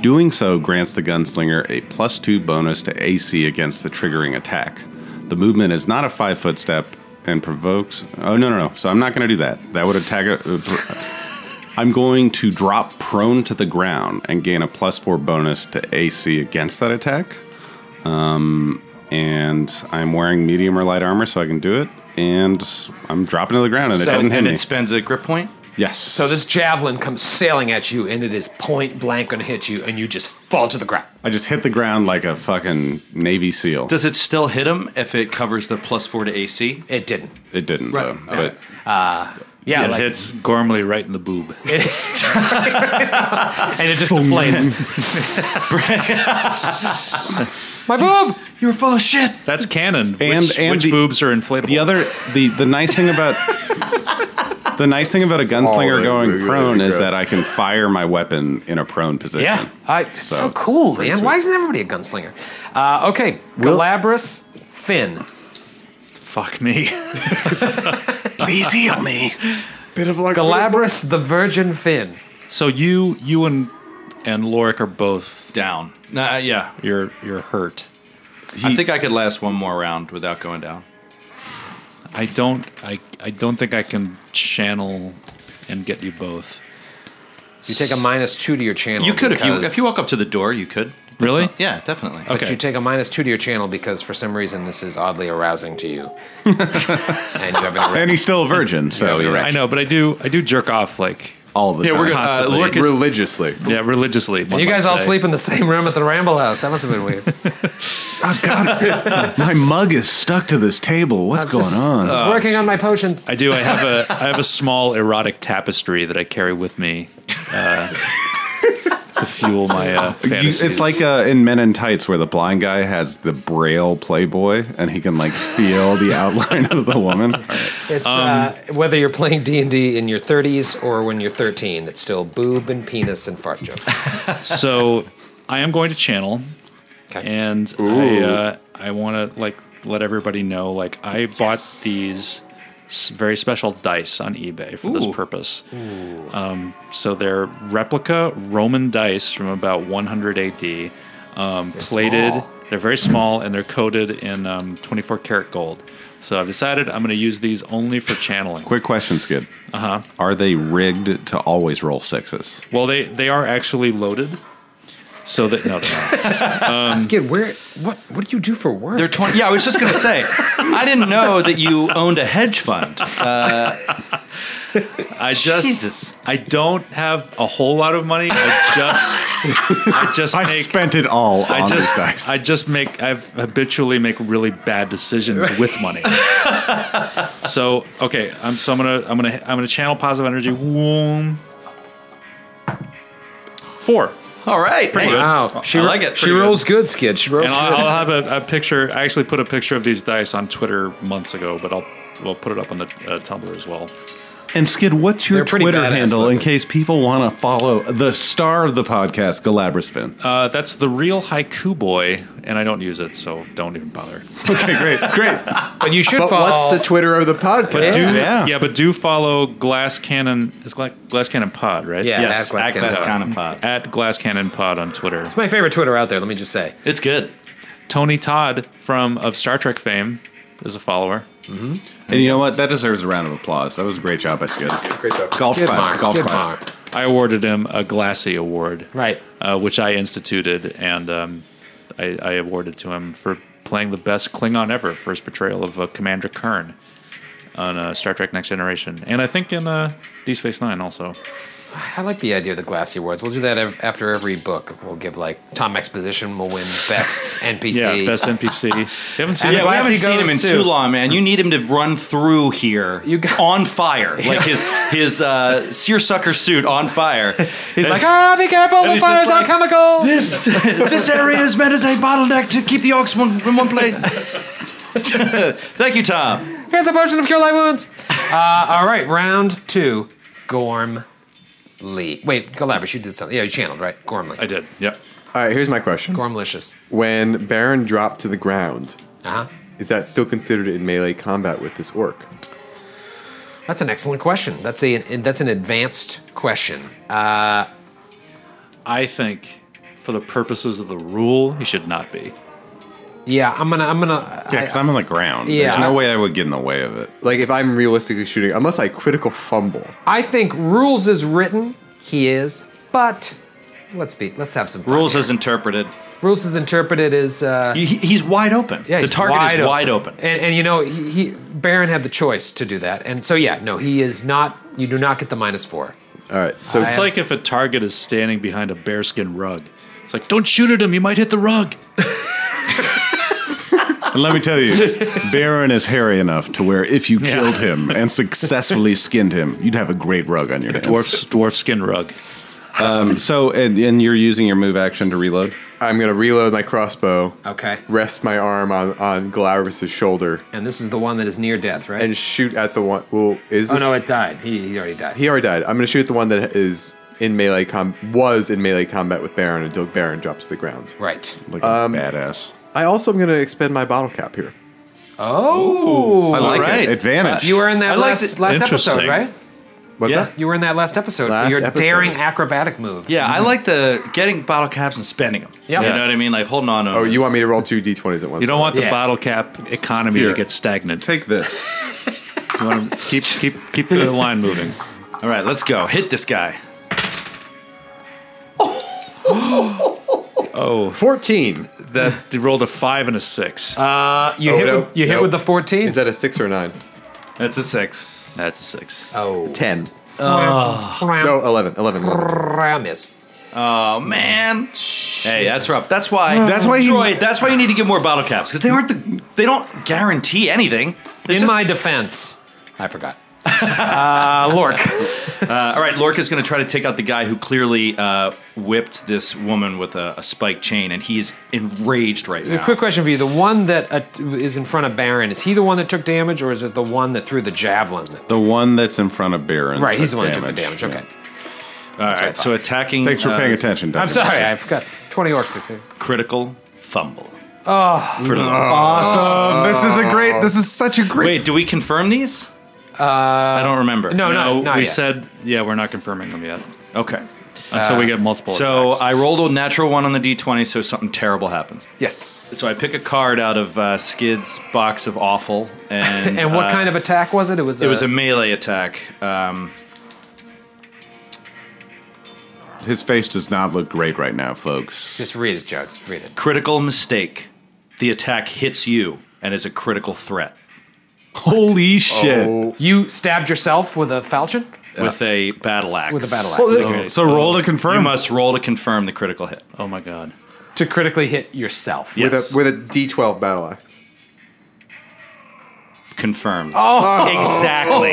Speaker 2: Doing so grants the gunslinger a plus two bonus to AC against the triggering attack. The movement is not a five foot step and provokes. Oh, no, no, no. So I'm not going to do that. That would attack. A, uh, pro- I'm going to drop prone to the ground and gain a plus four bonus to AC against that attack. Um, and I'm wearing medium or light armor, so I can do it. And I'm dropping to the ground, and it
Speaker 5: So,
Speaker 2: doesn't hit
Speaker 5: and
Speaker 2: me.
Speaker 5: it spends a grip point.
Speaker 2: yes.
Speaker 4: So this javelin comes sailing at you, and it is point blank going to hit you, and you just fall to the ground.
Speaker 2: I just hit the ground like a fucking Navy SEAL.
Speaker 5: Does it still hit him if it covers the plus four to AC?
Speaker 4: It didn't.
Speaker 2: it didn't,
Speaker 5: Right.
Speaker 2: though.
Speaker 5: Okay.
Speaker 2: But
Speaker 4: Yeah,
Speaker 6: it
Speaker 4: like-
Speaker 6: hits Gormley right in the boob.
Speaker 5: And it just
Speaker 6: Oh,
Speaker 5: deflates.
Speaker 4: My boob!
Speaker 5: you were full of shit.
Speaker 6: That's canon. Which,
Speaker 2: And- and
Speaker 6: which
Speaker 2: the-
Speaker 6: boobs are inflatable?
Speaker 2: the other, the the nice thing about the nice thing about a gunslinger
Speaker 3: all
Speaker 2: going
Speaker 3: really
Speaker 2: prone is
Speaker 3: gross.
Speaker 2: that I can fire my weapon in a prone position.
Speaker 5: Yeah.
Speaker 4: I, it's so,
Speaker 2: So, it's
Speaker 4: cool,
Speaker 2: pretty
Speaker 4: man.
Speaker 2: sweet.
Speaker 4: Why isn't everybody a gunslinger? Uh, okay, Galabras, Finn.
Speaker 6: Fuck me.
Speaker 1: Please heal me.
Speaker 3: bit of luck.
Speaker 4: Galabras, the Virgin Finn.
Speaker 6: so you, you and and Lorik are both
Speaker 5: Down. Nah, uh, yeah.
Speaker 6: you're you're hurt.
Speaker 5: I think I could last one more round without going down.
Speaker 6: I don't I I don't think I can channel and get you both.
Speaker 4: You take a minus two to your channel.
Speaker 5: You could if you
Speaker 4: because-
Speaker 5: if you walk up to the door, you could.
Speaker 6: Really?
Speaker 5: Yeah, definitely.
Speaker 6: Okay.
Speaker 4: But you take a minus two to your channel because for some reason this is oddly arousing to you. and you have an
Speaker 2: And he's still a virgin, so Oh, you're right. Oh.
Speaker 6: I know, but I do. I do jerk off like
Speaker 2: All the
Speaker 5: Yeah,
Speaker 2: time.
Speaker 5: we're gonna uh,
Speaker 6: Constantly.
Speaker 5: Lork is
Speaker 3: religiously.
Speaker 6: yeah, religiously. one
Speaker 4: You
Speaker 6: might
Speaker 4: guys all
Speaker 6: say.
Speaker 4: sleep in the same room at the Ramble House. That must have been weird.
Speaker 2: My mug is stuck to this table. What's going
Speaker 4: Just-
Speaker 2: on?
Speaker 4: Just working on my potions.
Speaker 6: I do. I have a I have a small erotic tapestry that I carry with me uh, to fuel my uh,
Speaker 2: You-
Speaker 6: fantasies.
Speaker 2: it's like uh, in Men in Tights where the blind guy has the braille Playboy and he can like feel the outline of the woman.
Speaker 4: It's uh, whether you're playing D and D in your 30s or when you're 13. It's still boob and penis and fart joke.
Speaker 6: so. I am going to channel,
Speaker 4: Okay.
Speaker 6: and I uh, I want to like let everybody know like I bought these s- very special dice on eBay for this purpose. Um, so they're replica Roman dice from about 100 AD, um, plated.
Speaker 4: small.
Speaker 6: They're very small and they're coated in um, 24 karat gold. So I've decided I'm going to use these only for channeling.
Speaker 2: Quick question, Skid. Uh huh. Are they rigged to always roll sixes?
Speaker 6: Well, they they are actually loaded. So that no, they're not.
Speaker 4: Skid, where? What? What do you do for work?
Speaker 5: They're twenty. Yeah, I was just gonna say. I didn't know that you owned a hedge fund.
Speaker 6: I just
Speaker 5: Jesus.
Speaker 6: I don't have a whole lot of money. I just I just
Speaker 2: I
Speaker 6: make
Speaker 2: spent it all
Speaker 6: I
Speaker 2: on
Speaker 6: just
Speaker 2: these dice.
Speaker 6: I just make I habitually make really bad decisions with money. so okay, I'm so I'm gonna I'm gonna I'm gonna channel positive energy. Whoom. Four.
Speaker 5: All right. Pretty
Speaker 4: wow. She
Speaker 5: She I like it.
Speaker 4: She
Speaker 5: Pretty good.
Speaker 4: rolls good, Skid. She rolls
Speaker 6: And I'll,
Speaker 4: good.
Speaker 6: I'll have a, a picture. I actually put a picture of these dice on Twitter months ago, but I'll we'll put it up on the uh, Tumblr as well.
Speaker 2: and Skid, what's your
Speaker 4: They're pretty
Speaker 2: Twitter
Speaker 4: badass
Speaker 2: handle
Speaker 4: looking.
Speaker 2: in case people want to follow the star of the podcast, Galabras Finn?
Speaker 6: Uh, that's the real haiku boy, and I don't use it, so don't even bother.
Speaker 2: okay, great, great.
Speaker 4: But you should
Speaker 3: But
Speaker 4: follow.
Speaker 3: Oh, what's the Twitter of the podcast?
Speaker 6: Do,
Speaker 2: Yeah.
Speaker 6: yeah. but do follow Glass Cannon. Is Gla- Glass Cannon Pod right?
Speaker 4: yeah,
Speaker 5: Yes,
Speaker 4: at Glass
Speaker 5: at
Speaker 4: Cannon.
Speaker 5: Glass Cannon Pod.
Speaker 6: At Glass Cannon Pod on Twitter.
Speaker 4: It's my favorite Twitter out there. Let me just say.
Speaker 5: It's good.
Speaker 6: Tony Todd from of Star Trek fame is a follower.
Speaker 2: And you know what? That deserves a round of applause. That was a great job by Skid.
Speaker 3: Great job.
Speaker 2: Golf
Speaker 4: Skid
Speaker 2: clap,
Speaker 4: Mar,
Speaker 2: golf
Speaker 4: Skid
Speaker 2: clap.
Speaker 4: Mar.
Speaker 6: I awarded him a Glassy Award,
Speaker 4: Right.
Speaker 6: uh, which I instituted, and um, I, I awarded to him for playing the best Klingon ever for his portrayal of uh, Commander Kern on uh, Star Trek Next Generation, and I think in uh, D Space Nine also.
Speaker 4: I like the idea of the glassy awards. We'll do that ev- after every book. We'll give like Tom Exposition will win best NPC.
Speaker 6: Yeah, best NPC. You haven't seen
Speaker 4: And
Speaker 6: it?
Speaker 5: Yeah, we
Speaker 4: Glassy
Speaker 5: haven't seen
Speaker 4: goes
Speaker 5: him in
Speaker 4: too.
Speaker 5: too long, man. You need him to run through here
Speaker 4: You got-
Speaker 5: on fire, like his his uh, seersucker suit on fire.
Speaker 4: He's like, ah, be careful, the
Speaker 5: he's just
Speaker 4: fire's
Speaker 5: like-
Speaker 4: alchemical.
Speaker 5: This this area is meant as a bottleneck to keep the ox one, in one place. Thank you, Tom.
Speaker 4: Here's a potion of cure light wounds. Uh, all right, round two. Gormley. Wait, Galabras, you did something. Yeah, you channeled, right? Gormley.
Speaker 6: I did. Yep.
Speaker 3: All right, here's my question.
Speaker 4: Gormlicious.
Speaker 3: When Baron dropped to the ground,
Speaker 4: Uh huh.
Speaker 3: is that still considered in melee combat with this orc?
Speaker 4: That's an excellent question. That's a that's an advanced question.
Speaker 6: I think, for the purposes of the rule, he should not be.
Speaker 4: Yeah, I'm gonna I'm gonna
Speaker 2: Yeah, because I'm on the ground.
Speaker 4: Yeah.
Speaker 2: There's no way I would get in the way of it.
Speaker 3: Like, if I'm realistically shooting, unless I critical fumble,
Speaker 4: I think rules is written. He is, but let's be let's have some fun
Speaker 5: Rules
Speaker 4: here.
Speaker 5: is interpreted.
Speaker 4: rules is interpreted as uh,
Speaker 5: He, he's wide open.
Speaker 4: yeah
Speaker 5: the
Speaker 4: he's
Speaker 5: target is wide open.
Speaker 4: and, and you know he, he Baron had the choice to do that and so yeah no he is not you do not get the minus four
Speaker 3: all right. So
Speaker 6: It's like if a target is standing behind a bearskin rug. It's like, don't shoot at him, you might hit the rug.
Speaker 2: And let me tell you, Baron is hairy enough to where if you killed him and successfully skinned him, you'd have a great rug on your hands.
Speaker 6: Dwarf, dwarf skin rug.
Speaker 4: Uh,
Speaker 2: So, and, and you're using your move action to reload?
Speaker 3: I'm gonna reload my crossbow,
Speaker 4: okay
Speaker 3: rest my arm on on Glaurus's shoulder,
Speaker 4: and this is the one that is near death right
Speaker 3: and shoot at the one. Well, is
Speaker 4: oh
Speaker 3: this?
Speaker 4: no it died he, he already died
Speaker 3: he already died. I'm gonna shoot at the one that is in melee com was in melee combat with Baron until Baron drops to the ground.
Speaker 4: right
Speaker 2: Like a badass.
Speaker 3: I also am gonna expend my bottle cap here.
Speaker 4: oh
Speaker 2: I like
Speaker 5: alright.
Speaker 2: it. Advantage.
Speaker 4: you were in that
Speaker 5: I like
Speaker 4: last
Speaker 5: that-
Speaker 4: last episode
Speaker 6: Interesting.
Speaker 4: right
Speaker 3: What's
Speaker 5: Yeah.
Speaker 3: that?
Speaker 4: you were in that last episode
Speaker 3: Last
Speaker 4: for your
Speaker 3: episode.
Speaker 4: daring acrobatic move
Speaker 5: Yeah, I like the getting bottle caps and spending them.
Speaker 4: Yep.
Speaker 5: You
Speaker 4: Yeah.
Speaker 5: know what I mean? Like holding on.
Speaker 3: Oh, you want me to roll two d20s at once?
Speaker 6: You don't want the
Speaker 4: Yeah.
Speaker 6: bottle cap economy
Speaker 2: Here.
Speaker 6: to get stagnant.
Speaker 2: Take this.
Speaker 6: You want to keep, keep, keep the line moving.
Speaker 5: All right, let's go. Hit this guy.
Speaker 6: Oh,
Speaker 3: 14.
Speaker 6: that they rolled a five and a six.
Speaker 4: Uh, you
Speaker 3: Oh,
Speaker 4: hit
Speaker 3: no,
Speaker 4: with, you hit
Speaker 3: no.
Speaker 4: with the 14.
Speaker 3: Is that a six or a nine?
Speaker 5: That's a six.
Speaker 6: That's a six.
Speaker 4: oh.
Speaker 3: 10.
Speaker 4: Ram-
Speaker 3: No, 11. 11. 11.
Speaker 4: Ram is.
Speaker 5: Oh man. Hey, that's rough. That's why.
Speaker 2: That's why he-
Speaker 5: Troy. that's why you need to get more bottle caps because they aren't the. They don't guarantee anything.
Speaker 4: In
Speaker 5: It's just-
Speaker 4: my defense, I forgot.
Speaker 5: uh, Lork. uh, all right, Lork is going to try to take out the guy who clearly uh, whipped this woman with a, a spike chain, and he is enraged right now.
Speaker 4: Quick question for you: The one that uh, is in front of Baron is he the one that took damage, or is it the one that threw the javelin? That,
Speaker 2: The one that's in front of Baron.
Speaker 4: right, he's the
Speaker 2: took
Speaker 4: one that took the damage. Okay,
Speaker 5: All
Speaker 4: what I
Speaker 5: right,
Speaker 4: thought.
Speaker 5: so attacking.
Speaker 2: Thanks for
Speaker 5: uh,
Speaker 2: paying attention. Duncan.
Speaker 4: I'm sorry, I forgot. Twenty orcs to
Speaker 5: Critical fumble. Oh.
Speaker 2: Awesome. This is a great. This is such a great.
Speaker 5: Wait, do we confirm these? Uh, I don't remember.
Speaker 4: no, no, not
Speaker 6: we
Speaker 4: yet.
Speaker 6: said yeah, we're not confirming them yet Uh,
Speaker 5: Okay.
Speaker 6: until we get multiple.
Speaker 5: So
Speaker 6: attacks.
Speaker 5: I rolled a natural one on the d20, so something terrible happens.
Speaker 4: Yes.
Speaker 5: So I pick a card out of uh, Skid's box of awful, and
Speaker 4: And what
Speaker 5: uh,
Speaker 4: kind of attack was it? It was. uh,
Speaker 5: It was a melee attack. Um,
Speaker 2: His face does not look great right now, folks.
Speaker 4: Just read it, Joe. Just read it.
Speaker 5: critical mistake. The attack hits you and is a critical threat
Speaker 4: Oh.
Speaker 2: Holy shit!
Speaker 4: You stabbed yourself with a falchion.
Speaker 5: with a battle axe.
Speaker 4: With a battle axe.
Speaker 5: So-
Speaker 2: Oh, so roll to confirm.
Speaker 5: You must roll to confirm the critical hit.
Speaker 6: oh my god,
Speaker 4: to critically hit yourself.
Speaker 5: Yes.
Speaker 3: With, a, with a D12 battle axe.
Speaker 5: confirmed.
Speaker 2: Oh.
Speaker 5: exactly.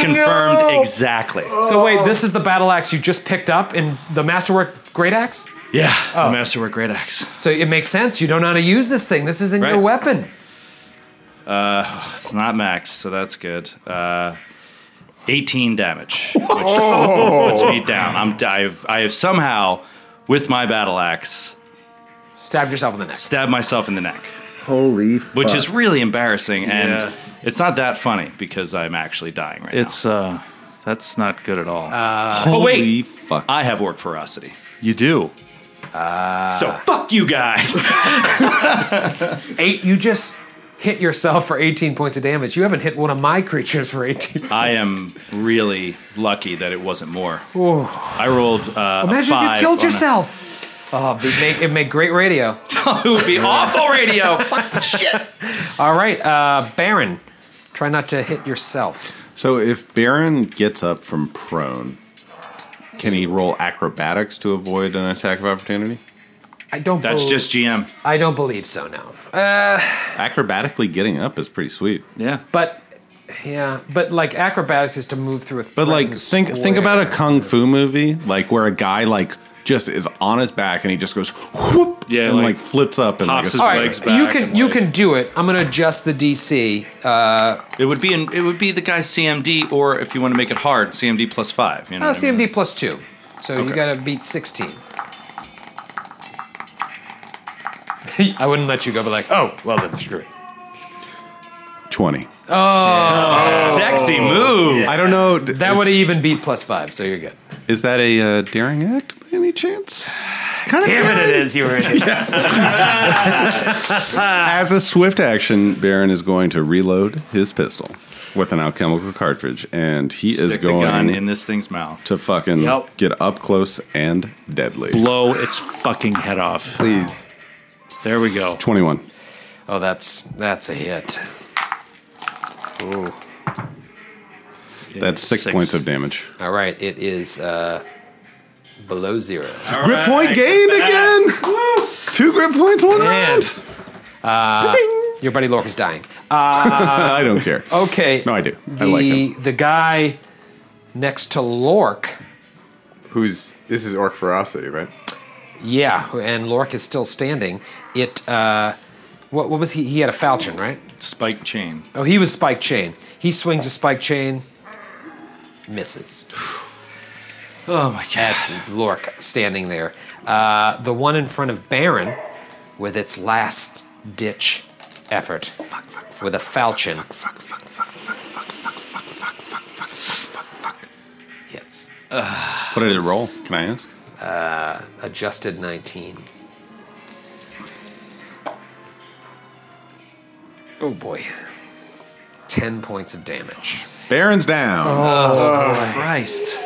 Speaker 5: confirmed exactly.
Speaker 4: Oh, So wait, this is the battle axe you just picked up in the masterwork great axe.
Speaker 5: Yeah.
Speaker 2: Oh.
Speaker 5: The masterwork great axe.
Speaker 4: So it makes sense. You don't know how to use this thing. This isn't your
Speaker 5: Right.
Speaker 4: weapon.
Speaker 5: It's not max, so that's good. Uh, 18 damage, which puts me down. I'm I've, I have somehow, with my battle axe,
Speaker 4: Stabbed yourself in the neck.
Speaker 5: stabbed myself in the neck,
Speaker 10: Holy fuck.
Speaker 5: which is really embarrassing, and
Speaker 6: Yeah.
Speaker 5: it's not that funny because I'm actually dying right now.
Speaker 6: it's uh, that's not good at all.
Speaker 5: Oh
Speaker 2: Holy
Speaker 5: wait,
Speaker 2: fuck!
Speaker 5: I have orc ferocity.
Speaker 6: you do.
Speaker 5: So fuck you guys.
Speaker 4: Eight. You just hit yourself for 18 points of damage. You haven't hit one of my creatures for 18.
Speaker 5: I am really lucky that it wasn't more. I rolled. Uh, a
Speaker 4: Imagine if you
Speaker 5: five
Speaker 4: killed
Speaker 5: on a-
Speaker 4: yourself. Oh, it make, it make great radio.
Speaker 5: it would be awful radio. Fuck shit.
Speaker 4: All right, uh, Baron, try not to hit yourself.
Speaker 2: So if Baron gets up from prone, can he roll acrobatics to avoid an attack of opportunity?
Speaker 4: I don't.
Speaker 5: That's
Speaker 4: bel-
Speaker 5: just GM.
Speaker 4: I don't believe so Uh, now.
Speaker 2: Acrobatically getting up is pretty sweet.
Speaker 6: Yeah,
Speaker 4: But yeah, but like acrobatics is to move through a.
Speaker 2: But like
Speaker 4: threatened
Speaker 2: think think
Speaker 4: square.
Speaker 2: about a kung fu movie, like where a guy like just is on his back and he just goes whoop
Speaker 6: Yeah,
Speaker 2: and like,
Speaker 6: like,
Speaker 2: flips up and
Speaker 6: pops
Speaker 2: like
Speaker 6: his
Speaker 4: All
Speaker 2: a-
Speaker 4: right,
Speaker 6: legs back
Speaker 4: you can
Speaker 6: and,
Speaker 4: you
Speaker 6: like-
Speaker 4: can do it. I'm gonna adjust the DC. Uh,
Speaker 5: It would be in, it would be the guy's CMD, or if you want to make it hard, CMD plus five. You know what I mean?
Speaker 4: CMD plus two, so you gotta beat 16. I wouldn't let you go, but like, oh, well then, screw it.
Speaker 2: twenty.
Speaker 5: Sexy move.
Speaker 2: I don't know. d-
Speaker 4: Oh, That would even beat plus five, so you're good.
Speaker 2: Is that a uh, daring act by any chance? It's kind of
Speaker 4: it is you were.
Speaker 2: As a swift action, Baron is going to reload his pistol with an alchemical cartridge, and he is
Speaker 5: Stick the gun
Speaker 2: going
Speaker 5: in this thing's mouth.
Speaker 2: to fucking
Speaker 10: Yep.
Speaker 2: get up close and deadly.
Speaker 6: blow its fucking head off.
Speaker 3: Please.
Speaker 6: There we go.
Speaker 2: Twenty-one.
Speaker 4: Oh, that's that's a hit. Ooh.
Speaker 2: That's six,
Speaker 6: Six.
Speaker 2: points of damage.
Speaker 4: All right, it is uh, below zero.
Speaker 2: grip point gained again. Woo. Two grip points, one round.
Speaker 4: And uh, your buddy Lork is dying.
Speaker 2: I don't care.
Speaker 4: Okay.
Speaker 2: No, I do.
Speaker 4: The,
Speaker 2: I like him.
Speaker 4: The guy next to Lork,
Speaker 3: Who's. This is Orc Ferocity, right?
Speaker 4: yeah, who- and Lork is still standing. It, uh, what, what was he? He had a falchion, right?
Speaker 5: Spike chain.
Speaker 4: Oh, he was spike chain. He swings a spike chain, misses.
Speaker 5: Oh my
Speaker 4: At Lork standing there. Uh, the one in front of Baron, with its last ditch effort, with a falchion. Hits.
Speaker 2: What did it roll? Can I ask?
Speaker 4: adjusted 19. Oh boy. 10 points of damage.
Speaker 2: Baron's down.
Speaker 5: Christ.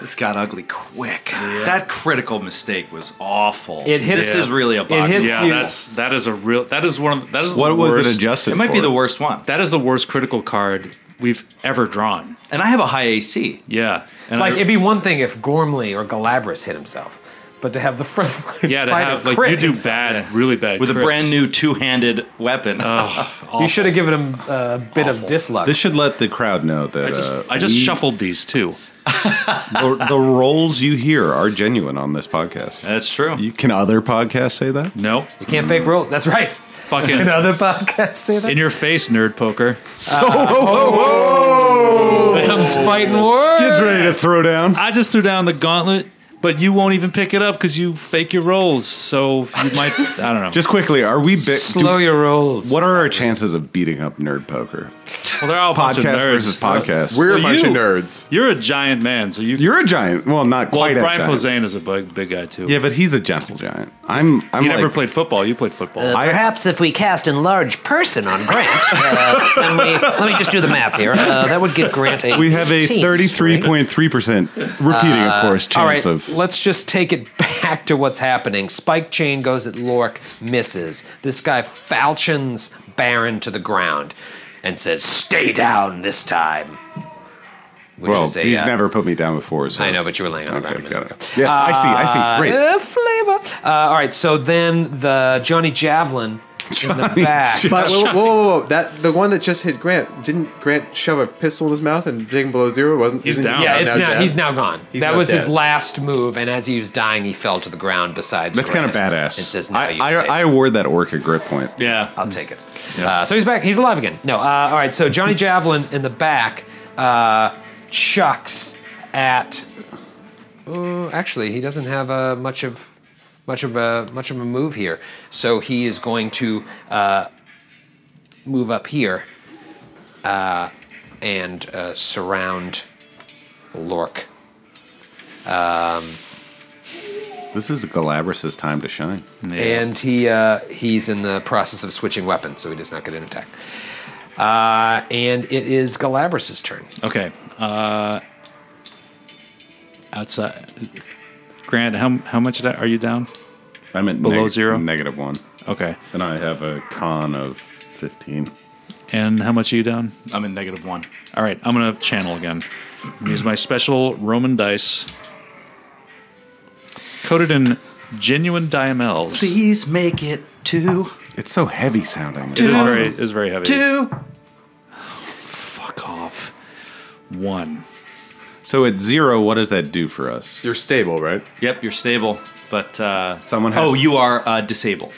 Speaker 5: This got ugly quick. That critical mistake was awful.
Speaker 4: It hits-
Speaker 5: This is really a
Speaker 4: it
Speaker 5: botch.
Speaker 4: hits
Speaker 6: Yeah,
Speaker 4: you-
Speaker 6: that's that is a real that is one of that is the
Speaker 2: What was
Speaker 6: worst,
Speaker 2: it adjusted?
Speaker 5: It might be
Speaker 2: for?
Speaker 5: the worst one.
Speaker 6: That is the worst critical card we've ever drawn.
Speaker 5: And I have a high AC.
Speaker 6: Yeah, and
Speaker 4: Like
Speaker 6: I-
Speaker 4: it'd be one thing if Gormley or Galabras hit himself, but to have the front line
Speaker 6: yeah, to
Speaker 4: fighter
Speaker 6: have like
Speaker 4: crit
Speaker 6: you do
Speaker 4: himself.
Speaker 6: bad, really bad
Speaker 5: With a
Speaker 6: crits.
Speaker 5: brand new two-handed weapon.
Speaker 4: You should have given him uh, a bit of disluck.
Speaker 2: This should let the crowd know that
Speaker 6: I just
Speaker 2: uh,
Speaker 6: I just
Speaker 2: we-
Speaker 6: shuffled these two.
Speaker 2: the, the roles you hear are genuine on this podcast.
Speaker 5: That's true.
Speaker 2: You, can other podcasts say that?
Speaker 6: No,
Speaker 4: you can't fake rules. That's right. Can
Speaker 6: fucking
Speaker 4: other podcasts say that?
Speaker 6: in your face, nerd poker.
Speaker 4: Adam's fighting words.
Speaker 2: Kids ready to throw down.
Speaker 6: I just threw down the gauntlet, but you won't even pick it up because you fake your rolls. So you might I don't know.
Speaker 2: Just quickly, are we big?
Speaker 4: Slow your rolls.
Speaker 2: What are our chances of beating up nerd poker?
Speaker 6: well, they're all a bunch of
Speaker 2: Podcast
Speaker 6: nerds.
Speaker 2: versus podcast.
Speaker 3: We're a
Speaker 6: Well,
Speaker 3: bunch
Speaker 6: you-
Speaker 3: of nerds.
Speaker 6: You're a giant man, so you.
Speaker 2: You're a giant. Well, not
Speaker 6: well,
Speaker 2: quite a
Speaker 6: Brian
Speaker 2: giant.
Speaker 6: Posehn is a big, big guy too.
Speaker 2: Yeah, but he's a gentle giant. I'm. I'm
Speaker 6: you
Speaker 2: like,
Speaker 6: never played football. You played football.
Speaker 9: Uh,
Speaker 2: I-
Speaker 9: perhaps if we cast enlarge person on Grant, uh, then we, let me just do the math here. Uh, that would give Grant a.
Speaker 2: We have a
Speaker 9: 15,
Speaker 2: thirty-three
Speaker 9: right?
Speaker 2: point three percent repeating, of course,
Speaker 4: Uh, All right,
Speaker 2: chance of.
Speaker 4: let's just take it back to what's happening. Spike Chain goes at Lork, misses. This guy falchions Baron to the ground and says, "Stay down this time." Which
Speaker 2: well,
Speaker 4: is a,
Speaker 2: he's
Speaker 4: uh,
Speaker 2: never put me down before. So.
Speaker 4: I know, but you were laying on the ground. a
Speaker 2: Okay,
Speaker 4: minute
Speaker 2: got
Speaker 4: ago.
Speaker 2: it. Yes, I see. I see. Great.
Speaker 4: Uh, flavor. Uh, all right, so then the Johnny Javelin in the back.
Speaker 3: But whoa, whoa, whoa, whoa, that the one that just hit Grant didn't Grant shove a pistol in his mouth and dig him below zero? Wasn't
Speaker 6: He's
Speaker 3: isn't-
Speaker 6: down.
Speaker 4: yeah,
Speaker 6: I'm
Speaker 4: it's
Speaker 3: now
Speaker 4: now,
Speaker 3: dead?
Speaker 4: he's now gone.
Speaker 3: He's
Speaker 4: that
Speaker 3: now
Speaker 4: was his
Speaker 3: dead.
Speaker 4: last move, and as he was dying, he fell to the ground. Besides,
Speaker 2: That's kind of
Speaker 4: Grant.
Speaker 2: badass.
Speaker 4: It says, "Now
Speaker 2: I,
Speaker 4: you
Speaker 2: I,
Speaker 4: stay."
Speaker 2: I award that orc a grip point.
Speaker 5: yeah.
Speaker 4: I'll take it. Uh, so he's back. He's alive again. No. Uh, all right. So Johnny Javelin in the back uh, chucks at. Uh, actually, he doesn't have uh, much of much of a much of a move here. So he is going to uh, move up here uh, and uh, surround Lork.
Speaker 2: This is Galabras' time to shine.
Speaker 4: and he uh, he's in the process of switching weapons, so he does not get an attack. Uh, and it is Galabras' turn.
Speaker 6: Okay. Uh, outside, Grant, how how much da- are you down?
Speaker 2: I'm at
Speaker 6: Below zero?
Speaker 2: negative one,
Speaker 6: Okay,
Speaker 2: and I have a con of fifteen.
Speaker 6: and how much are you down?
Speaker 5: I'm in negative one.
Speaker 6: All right, I'm gonna channel again. I'm gonna Use my special Roman dice, coated in genuine diamels. It
Speaker 5: Please make it two.
Speaker 2: It's so heavy sounding.
Speaker 6: is very, it is very heavy.
Speaker 5: Two.
Speaker 6: Fuck off. One.
Speaker 2: So at zero, what does that do for us?
Speaker 3: You're stable, right?
Speaker 5: Yep, you're stable, but uh,
Speaker 2: Someone has-
Speaker 5: Oh, you are uh, disabled,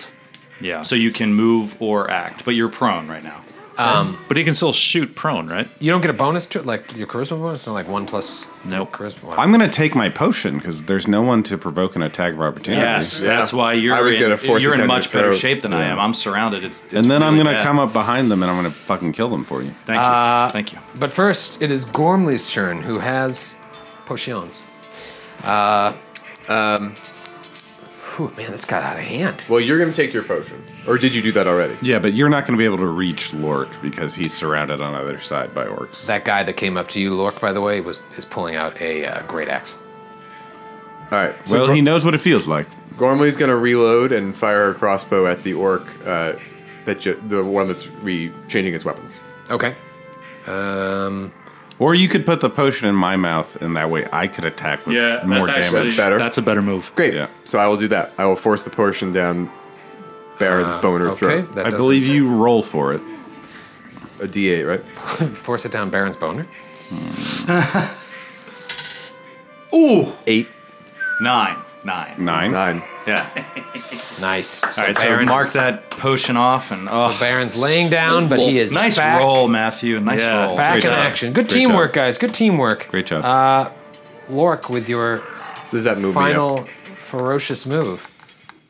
Speaker 6: Yeah.
Speaker 5: so you can move or act, but you're prone right now.
Speaker 6: but he can still shoot prone, right?
Speaker 4: You don't get a bonus to it, like your charisma bonus, not like one plus
Speaker 6: Nope.
Speaker 4: charisma.
Speaker 2: I'm gonna take my potion because there's no one to provoke an attack of opportunity.
Speaker 5: Yes,
Speaker 3: Yeah.
Speaker 5: that's why you're
Speaker 3: I was gonna
Speaker 5: in,
Speaker 3: force
Speaker 5: you're
Speaker 3: his
Speaker 5: in
Speaker 3: hand to
Speaker 5: much
Speaker 3: throw.
Speaker 5: better shape than I
Speaker 2: Yeah.
Speaker 5: am. I'm surrounded. It's, it's
Speaker 2: And then I'm
Speaker 5: really
Speaker 2: gonna
Speaker 5: bad.
Speaker 2: come up behind them and I'm gonna fucking kill them for you.
Speaker 5: Thank you.
Speaker 4: Uh,
Speaker 5: Thank you.
Speaker 4: But first, it is Gormley's turn, who has potions. Uh, um, whew, man, this got out of hand.
Speaker 3: Well, you're gonna take your potion, or did you do that already?
Speaker 2: Yeah, but you're not gonna be able to reach Lork because he's surrounded on either side by orcs.
Speaker 4: That guy that came up to you, Lork, by the way, was is pulling out a uh, great axe.
Speaker 3: All right. So
Speaker 2: well, he knows what it feels like.
Speaker 3: Gormley's gonna reload and fire a crossbow at the orc, uh, that ju- the one that's re changing its weapons.
Speaker 4: Okay. Um,
Speaker 2: Or you could put the potion in my mouth, and that way I could attack with more damage.
Speaker 3: that's better.
Speaker 6: That's a better move.
Speaker 3: Great.
Speaker 2: Yeah.
Speaker 3: So I will do that. I will force the potion down Baron's boner
Speaker 4: Uh, okay,
Speaker 3: throat.
Speaker 4: that
Speaker 2: I believe you roll for it.
Speaker 3: A D8, right?
Speaker 4: force it down Baron's boner.
Speaker 5: Ooh,
Speaker 3: Eight,
Speaker 5: nine, nine.
Speaker 2: Nine.
Speaker 3: nine.
Speaker 5: Yeah.
Speaker 4: Nice. So
Speaker 5: All right, so
Speaker 4: Baron's-
Speaker 5: mark that potion off, and oh,
Speaker 4: So Baron's laying down, but he is
Speaker 5: nice
Speaker 4: back,
Speaker 5: roll, Matthew. Nice
Speaker 6: Yeah.
Speaker 5: roll.
Speaker 4: Back
Speaker 2: Great
Speaker 4: in
Speaker 2: job.
Speaker 4: action. Good
Speaker 2: Great
Speaker 4: teamwork,
Speaker 2: job.
Speaker 4: guys. Good teamwork.
Speaker 2: Great job.
Speaker 4: Lork with your
Speaker 3: So does that move me
Speaker 4: final
Speaker 3: up?
Speaker 4: ferocious move.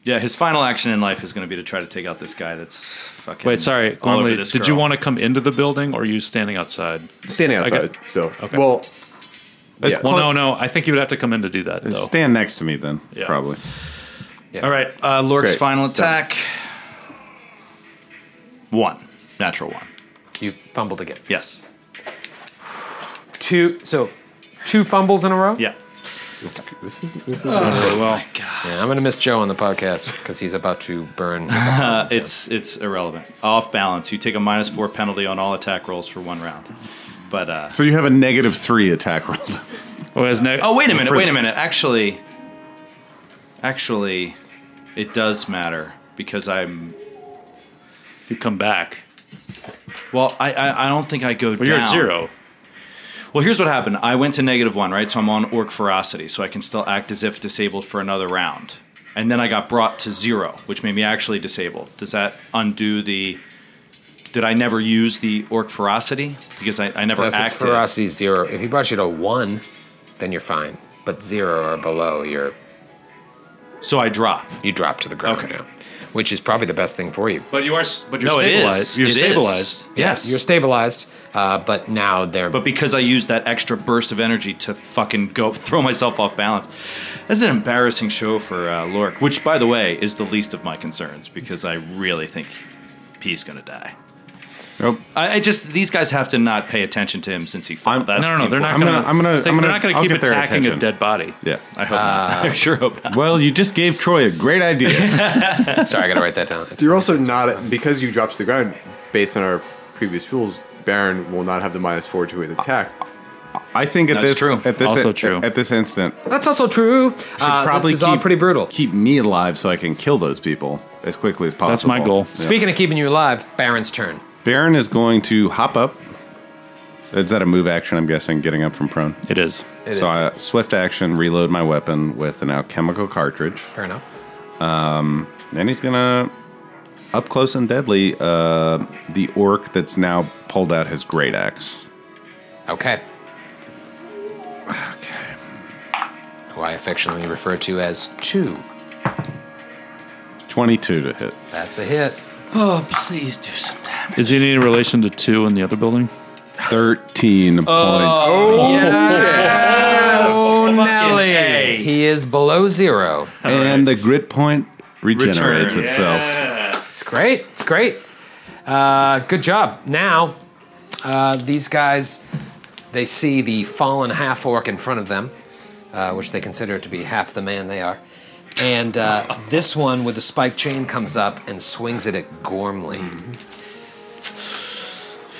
Speaker 5: Yeah, his final action in life is going to be to try to take out this guy. That's fucking.
Speaker 6: Wait, sorry.
Speaker 5: all over
Speaker 6: Gormley,
Speaker 5: this
Speaker 6: did you
Speaker 5: girl.
Speaker 6: want to come into the building or are you standing outside?
Speaker 3: Standing
Speaker 6: got-
Speaker 3: outside still.
Speaker 6: Okay.
Speaker 3: Well,
Speaker 2: Let's
Speaker 3: yeah.
Speaker 6: Well,
Speaker 2: clo-
Speaker 6: no, no. I think you would have to come in to do that, though.
Speaker 2: Stand next to me then,
Speaker 6: Yeah.
Speaker 2: probably.
Speaker 5: All right, uh, Lork's
Speaker 3: Great.
Speaker 5: final attack. One natural one.
Speaker 4: You fumbled again.
Speaker 5: Yes.
Speaker 4: Two. So, two fumbles in a row.
Speaker 5: Yeah.
Speaker 3: This, this is this
Speaker 4: Oh,
Speaker 3: is
Speaker 5: well,
Speaker 4: Yeah, I'm going to miss Joe on the podcast because he's about to burn.
Speaker 5: uh, it's it's irrelevant. Off balance. You take a minus four penalty on all attack rolls for one round. But uh,
Speaker 2: So you have a negative three attack roll.
Speaker 6: Oh, as ne-
Speaker 5: oh, wait a minute.
Speaker 6: for-
Speaker 5: Wait a minute. Actually, actually, it does matter because I'm
Speaker 6: If you come back,
Speaker 5: Well, I, I, I don't think I go
Speaker 6: well, you're
Speaker 5: down.
Speaker 6: at zero.
Speaker 5: Well, here's what happened. I went to negative one, right? So I'm on orc ferocity, so I can still act as if disabled for another round. And then I got brought to zero, which made me actually disabled. Does that undo the? Did I never use the orc ferocity because I, I never
Speaker 4: Look, it's
Speaker 5: acted?
Speaker 4: ferocity zero. If he brought you to one, then you're fine. But zero or below, you're
Speaker 5: So I drop.
Speaker 4: you drop to the ground
Speaker 5: Okay.
Speaker 4: now, which is probably the best thing for you.
Speaker 6: But you are. s- But you're
Speaker 5: No, it
Speaker 6: stabilized.
Speaker 5: is.
Speaker 6: You're
Speaker 5: It is.
Speaker 6: stabilized.
Speaker 5: Yes.
Speaker 4: You're stabilized, uh, but now they're.
Speaker 5: but because I used that extra burst of energy to fucking go throw myself off balance, that's an embarrassing show for uh, Lork. Which, by the way, is the least of my concerns because I really think he's gonna die.
Speaker 2: Nope.
Speaker 5: I, I just these guys have to not pay attention to him since he fell.
Speaker 6: No,
Speaker 5: That's
Speaker 6: no, no.
Speaker 5: the
Speaker 6: They're not
Speaker 5: important-
Speaker 6: gonna.
Speaker 2: I'm gonna- I'm
Speaker 6: They,
Speaker 2: gonna-
Speaker 6: they're not gonna
Speaker 2: I'll
Speaker 6: keep
Speaker 2: get their
Speaker 6: attacking a
Speaker 2: attention.
Speaker 6: dead body.
Speaker 2: Yeah.
Speaker 5: I hope. not. I sure hope not.
Speaker 2: Well, you just gave Troy a great idea.
Speaker 4: sorry, I got to write that down.
Speaker 3: You're also not because you dropped to the ground. Based on our previous rules, Baron will not have the minus four to his attack.
Speaker 2: I think at
Speaker 5: That's
Speaker 2: this
Speaker 5: true.
Speaker 2: at this
Speaker 6: Also
Speaker 2: at,
Speaker 6: true.
Speaker 2: at this instant,
Speaker 4: That's also true. Uh,
Speaker 2: probably
Speaker 4: this is all
Speaker 2: keep-
Speaker 4: pretty brutal.
Speaker 2: keep me alive so I can kill those people as quickly as possible.
Speaker 6: That's my goal.
Speaker 2: Yeah.
Speaker 4: Speaking of keeping you alive, Baron's turn.
Speaker 2: Baron is going to hop up. Is that a move action? I'm guessing getting up from prone.
Speaker 6: It is.
Speaker 4: It
Speaker 2: so
Speaker 4: is.
Speaker 2: I swift action, reload my weapon with an alchemical cartridge.
Speaker 4: Fair enough.
Speaker 2: Then he's gonna up close and deadly uh, the orc that's now pulled out his great axe.
Speaker 4: Okay. Okay. Who I affectionately refer to as two.
Speaker 2: Twenty-two to hit.
Speaker 4: That's a hit.
Speaker 5: Oh, please do some damage.
Speaker 6: Is he in any relation to two in the other building?
Speaker 5: Oh,
Speaker 2: Thirteen points.
Speaker 4: Oh,
Speaker 5: Nelly. A.
Speaker 4: He is below zero.
Speaker 2: And the grit point regenerates
Speaker 5: Return.
Speaker 2: itself.
Speaker 4: It's great. It's great. Uh, good job. Now, uh, these guys, they see the fallen half orc in front of them, uh, which they consider to be half the man they are. And uh, this one with the spiked chain comes up and swings it at Gormley.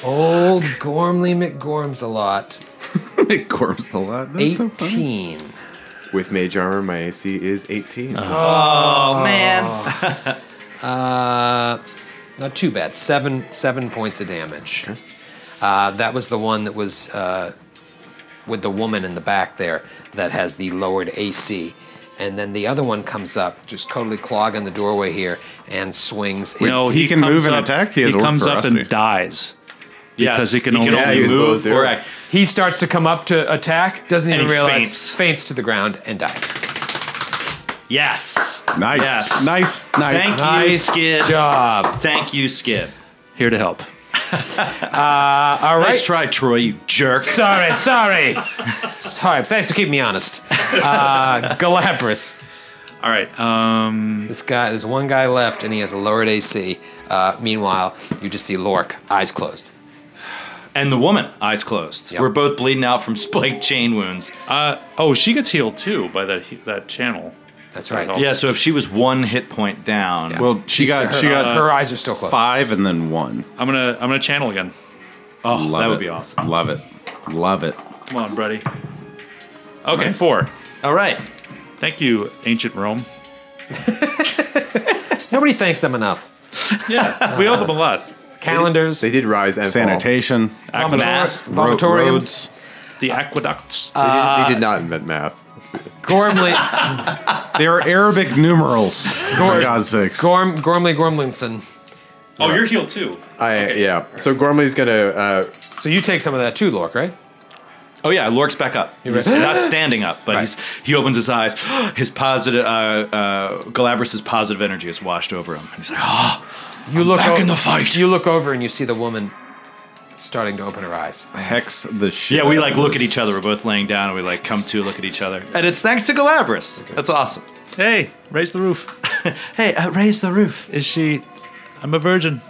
Speaker 4: Old Gormley McGorms a lot.
Speaker 2: it corps a lot. That's so funny.
Speaker 4: 18.
Speaker 3: With mage armor, my AC is 18.
Speaker 5: Uh-huh.
Speaker 4: Not too bad. Seven seven points of damage. Uh, that was the one that was uh, with the woman in the back there that has the lowered AC. And then the other one comes up, just totally clogging the doorway here, and swings.
Speaker 6: no,
Speaker 2: he
Speaker 6: he,
Speaker 2: can
Speaker 6: comes
Speaker 2: move and
Speaker 6: up-
Speaker 2: attack. He has orc
Speaker 6: comes up
Speaker 2: ferocity.
Speaker 6: and dies.
Speaker 5: Yes,
Speaker 6: Because he can only- Yeah,
Speaker 3: he was below
Speaker 5: move
Speaker 3: zero.
Speaker 5: or act.
Speaker 4: He starts to come up to attack, doesn't
Speaker 5: And
Speaker 4: even
Speaker 5: he
Speaker 4: realize,
Speaker 5: faints.
Speaker 4: faints to the ground and dies.
Speaker 5: Yes.
Speaker 2: Nice,
Speaker 5: Yes.
Speaker 2: nice, nice.
Speaker 5: Thank you,
Speaker 4: Nice
Speaker 5: Skid.
Speaker 4: job.
Speaker 5: Thank you, Skid.
Speaker 6: Here to help.
Speaker 4: All right.
Speaker 5: Nice try, Troy. You jerk.
Speaker 4: Sorry, sorry. sorry, thanks for keeping me honest. Uh, Galapris.
Speaker 6: All right. Um,
Speaker 4: This guy, there's one guy left, and he has a lowered AC. Uh, meanwhile, you just see Lork, eyes closed.
Speaker 5: and the woman, eyes closed.
Speaker 4: Yep.
Speaker 5: We're both bleeding out from spike chain wounds.
Speaker 6: uh, oh, she gets healed too by that that channel.
Speaker 4: That's right.
Speaker 6: Yeah.
Speaker 5: Yeah, so if she was one hit point down,
Speaker 2: Well, she
Speaker 4: She's-
Speaker 2: got
Speaker 4: her,
Speaker 2: she got
Speaker 4: her eyes are still closed.
Speaker 2: five and then one.
Speaker 6: I'm gonna I'm gonna channel again.
Speaker 5: oh,
Speaker 2: Love
Speaker 5: that
Speaker 2: it.
Speaker 5: would be awesome.
Speaker 2: Love it. Love it.
Speaker 6: Come on, buddy. Okay, four.
Speaker 5: All right.
Speaker 6: Thank you, ancient Rome.
Speaker 4: Nobody thanks them enough.
Speaker 6: Yeah, we owe them a lot.
Speaker 4: Calendars,
Speaker 3: They did rise and fall.
Speaker 2: Sanitation.
Speaker 4: vomitor-
Speaker 5: math,
Speaker 2: ro-
Speaker 4: vomitoriums.
Speaker 2: roads.
Speaker 6: The aqueducts.
Speaker 3: They, did,
Speaker 5: Uh,
Speaker 3: they did not invent math.
Speaker 4: Gormley,
Speaker 2: They are Arabic numerals. for God's sakes.
Speaker 4: Gorm, Gormley, Gormlinson.
Speaker 6: oh, you're healed too.
Speaker 3: I yeah. So Gormley's gonna. Uh,
Speaker 4: So you take some of that too, Lork, right?
Speaker 5: Oh yeah, Lork's back up. He's not standing up, but he's, he opens his eyes. His positive, uh, uh, Galabras' positive energy is washed over him, and he's like, "Oh,
Speaker 4: You look
Speaker 5: back
Speaker 4: o-
Speaker 5: in the fight."
Speaker 4: You look over and you see the woman starting to open her eyes.
Speaker 2: Hex the shit.
Speaker 5: yeah." We
Speaker 2: out
Speaker 5: like
Speaker 2: of
Speaker 5: look at
Speaker 2: this.
Speaker 5: each other. We're both laying down, and we like come to look at each other, and it's thanks to Galabras. That's awesome.
Speaker 6: Hey, raise the roof.
Speaker 4: uh,
Speaker 5: Hey, uh, raise the roof.
Speaker 6: Is she? I'm a virgin.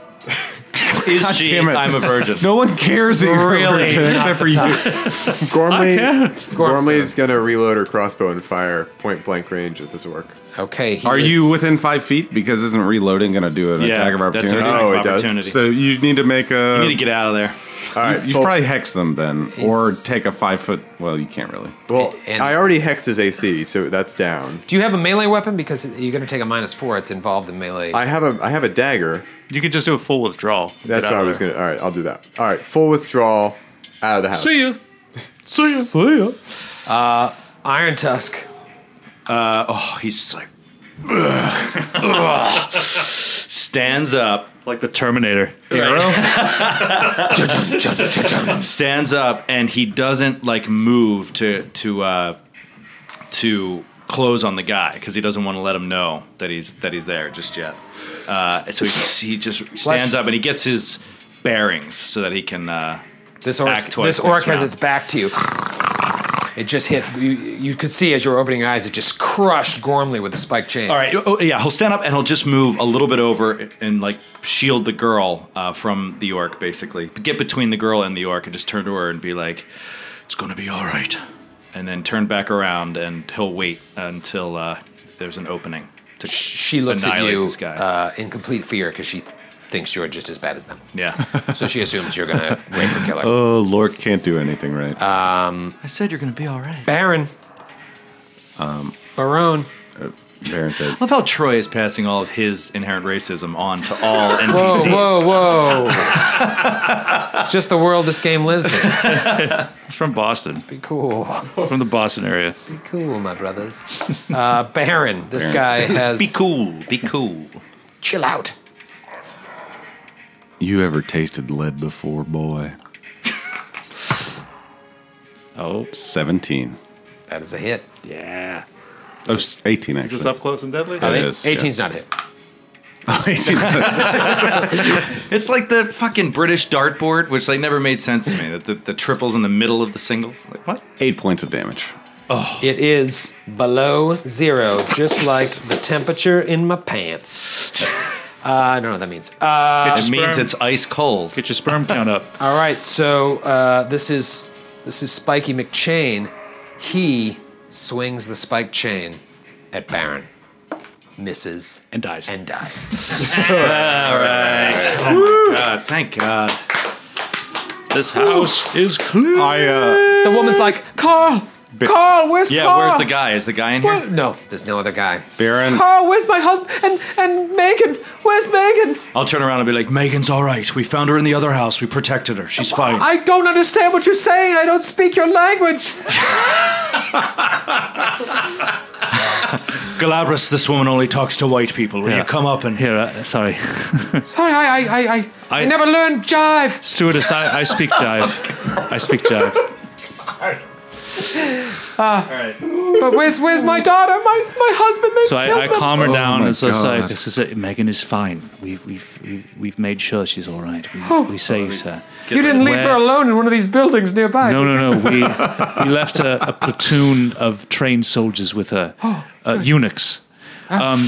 Speaker 5: is
Speaker 2: God
Speaker 5: she?
Speaker 2: damn it.
Speaker 5: I'm a virgin.
Speaker 2: No one cares that you're a
Speaker 5: Really
Speaker 2: virgin except for you.
Speaker 3: Gormley, Gormley's gonna reload her crossbow and fire point blank range at this orc.
Speaker 4: Okay. he
Speaker 2: Are you
Speaker 4: is-
Speaker 2: within five feet? Because isn't reloading going to do an attack of
Speaker 5: that's an
Speaker 2: opportunity?
Speaker 5: attack
Speaker 3: Oh,
Speaker 5: of
Speaker 3: it does?
Speaker 5: opportunity.
Speaker 2: So you need to make a.
Speaker 5: you need to get out of there.
Speaker 3: All right,
Speaker 2: You should
Speaker 3: well,
Speaker 2: probably hex them then, or
Speaker 4: He's-
Speaker 2: take a five foot. Well, you can't really.
Speaker 3: well,
Speaker 4: and-
Speaker 3: I already hexed his AC, so that's down.
Speaker 4: Do you have a melee weapon? Because you're going to take a minus four. It's involved in melee.
Speaker 3: I have a I have a dagger.
Speaker 6: You could just do a full withdrawal.
Speaker 3: That's
Speaker 6: Get out
Speaker 3: what I
Speaker 6: of
Speaker 3: was
Speaker 6: there.
Speaker 3: gonna. All right, I'll do that. All right, full withdrawal, out of the house.
Speaker 6: See you.
Speaker 4: Iron Tusk.
Speaker 5: Oh, he's just like ugh, ugh. stands up,
Speaker 6: Like the Terminator.
Speaker 5: stands up, and he doesn't like move to to uh, to close on the guy because he doesn't want to let him know that he's that he's there just yet. Uh, so he, he just stands up and he gets his bearings so that he can. Uh,
Speaker 4: This orc,
Speaker 5: Back twice
Speaker 4: this orc
Speaker 5: next
Speaker 4: has
Speaker 5: round.
Speaker 4: its back to you. It just hit. You, you could see as you were opening your eyes, it just crushed Gormley with a spike chain.
Speaker 5: All right. Oh, yeah, he'll stand up and he'll just move a little bit over and like shield the girl uh, from the orc, basically. Get between the girl and the orc and just turn to her and be like, "It's gonna be all right." And then turn back around and he'll wait until uh, there's an opening. To
Speaker 4: She looks at
Speaker 5: annihilate
Speaker 4: you
Speaker 5: This guy.
Speaker 4: Uh, in complete fear because she th- thinks you're just as bad as them.
Speaker 5: yeah.
Speaker 4: So she assumes you're going to rape or kill her.
Speaker 2: Oh, Lord can't do anything right.
Speaker 5: I said you're gonna be all right.
Speaker 4: Baron. Um,
Speaker 5: um,
Speaker 4: Barone.
Speaker 2: Baron said.
Speaker 5: I love how Troy is passing all of his inherent racism on to all
Speaker 4: Whoa,
Speaker 5: NPCs.
Speaker 4: whoa, whoa. it's just the world this game lives in.
Speaker 6: It's from Boston.
Speaker 4: Be cool.
Speaker 6: From the Boston area.
Speaker 4: Be cool, my brothers. Uh, Baron. This guy has.
Speaker 5: Be cool. Be cool.
Speaker 4: Chill out.
Speaker 2: You ever tasted lead before, boy?
Speaker 6: Oh.
Speaker 2: 17.
Speaker 4: That is a hit.
Speaker 6: Yeah.
Speaker 2: Oh, s- 18,
Speaker 6: Is this
Speaker 2: actually.
Speaker 6: up close and deadly?
Speaker 5: Uh,
Speaker 2: It
Speaker 4: Eight-
Speaker 2: is, yeah.
Speaker 4: 18's not a hit.
Speaker 2: 18.
Speaker 5: It's like the fucking British dartboard, which like never made sense to me. That the, the triples in the middle of the singles. Like what?
Speaker 2: Eight points of damage.
Speaker 4: It is below zero, just like the temperature in my pants. Uh, I don't know what that means. Uh,
Speaker 5: it means
Speaker 6: sperm.
Speaker 5: it's ice cold.
Speaker 6: Get your sperm count up.
Speaker 4: all right, so uh, this is this is Spiky McChain. He swings the spike chain at Baron, misses,
Speaker 6: And dies.
Speaker 4: and dies.
Speaker 5: God, thank God.
Speaker 6: This house is clear.
Speaker 2: I, uh,
Speaker 4: The woman's like, Carl, Carl, where's
Speaker 5: Yeah,
Speaker 4: Carl?
Speaker 5: where's the guy? Is the guy in here?
Speaker 4: Where- No, there's no other guy.
Speaker 2: Baron,
Speaker 4: Carl, where's my husband? And and Megan, where's Megan?
Speaker 5: I'll turn around and be like, Megan's all right. We found her in the other house. We protected her. She's fine.
Speaker 4: I don't understand what you're saying. I don't speak your language.
Speaker 5: Galabras, this woman only talks to white people. Will
Speaker 6: Yeah.
Speaker 5: you come up and
Speaker 6: Here, uh, sorry.
Speaker 4: Sorry, I, I, I, I, I,
Speaker 6: I-
Speaker 4: never learned jive.
Speaker 6: Stewardess, I, I speak jive. I speak jive.
Speaker 4: But where's, where's my daughter? My, my husband. They
Speaker 6: So
Speaker 4: killed
Speaker 6: I, I
Speaker 4: them.
Speaker 6: calm her
Speaker 5: Oh
Speaker 6: down
Speaker 2: my
Speaker 6: and so it's like,
Speaker 2: God.
Speaker 6: this is it. Megan is fine. We've, we've, we've, we've made sure she's all right. We, we saved her.
Speaker 4: You didn't leave
Speaker 6: Where-
Speaker 4: her alone in one of these buildings nearby.
Speaker 6: No, no, no. We, we left a, a platoon of trained soldiers with her.
Speaker 4: Oh,
Speaker 6: uh, eunuchs. Um,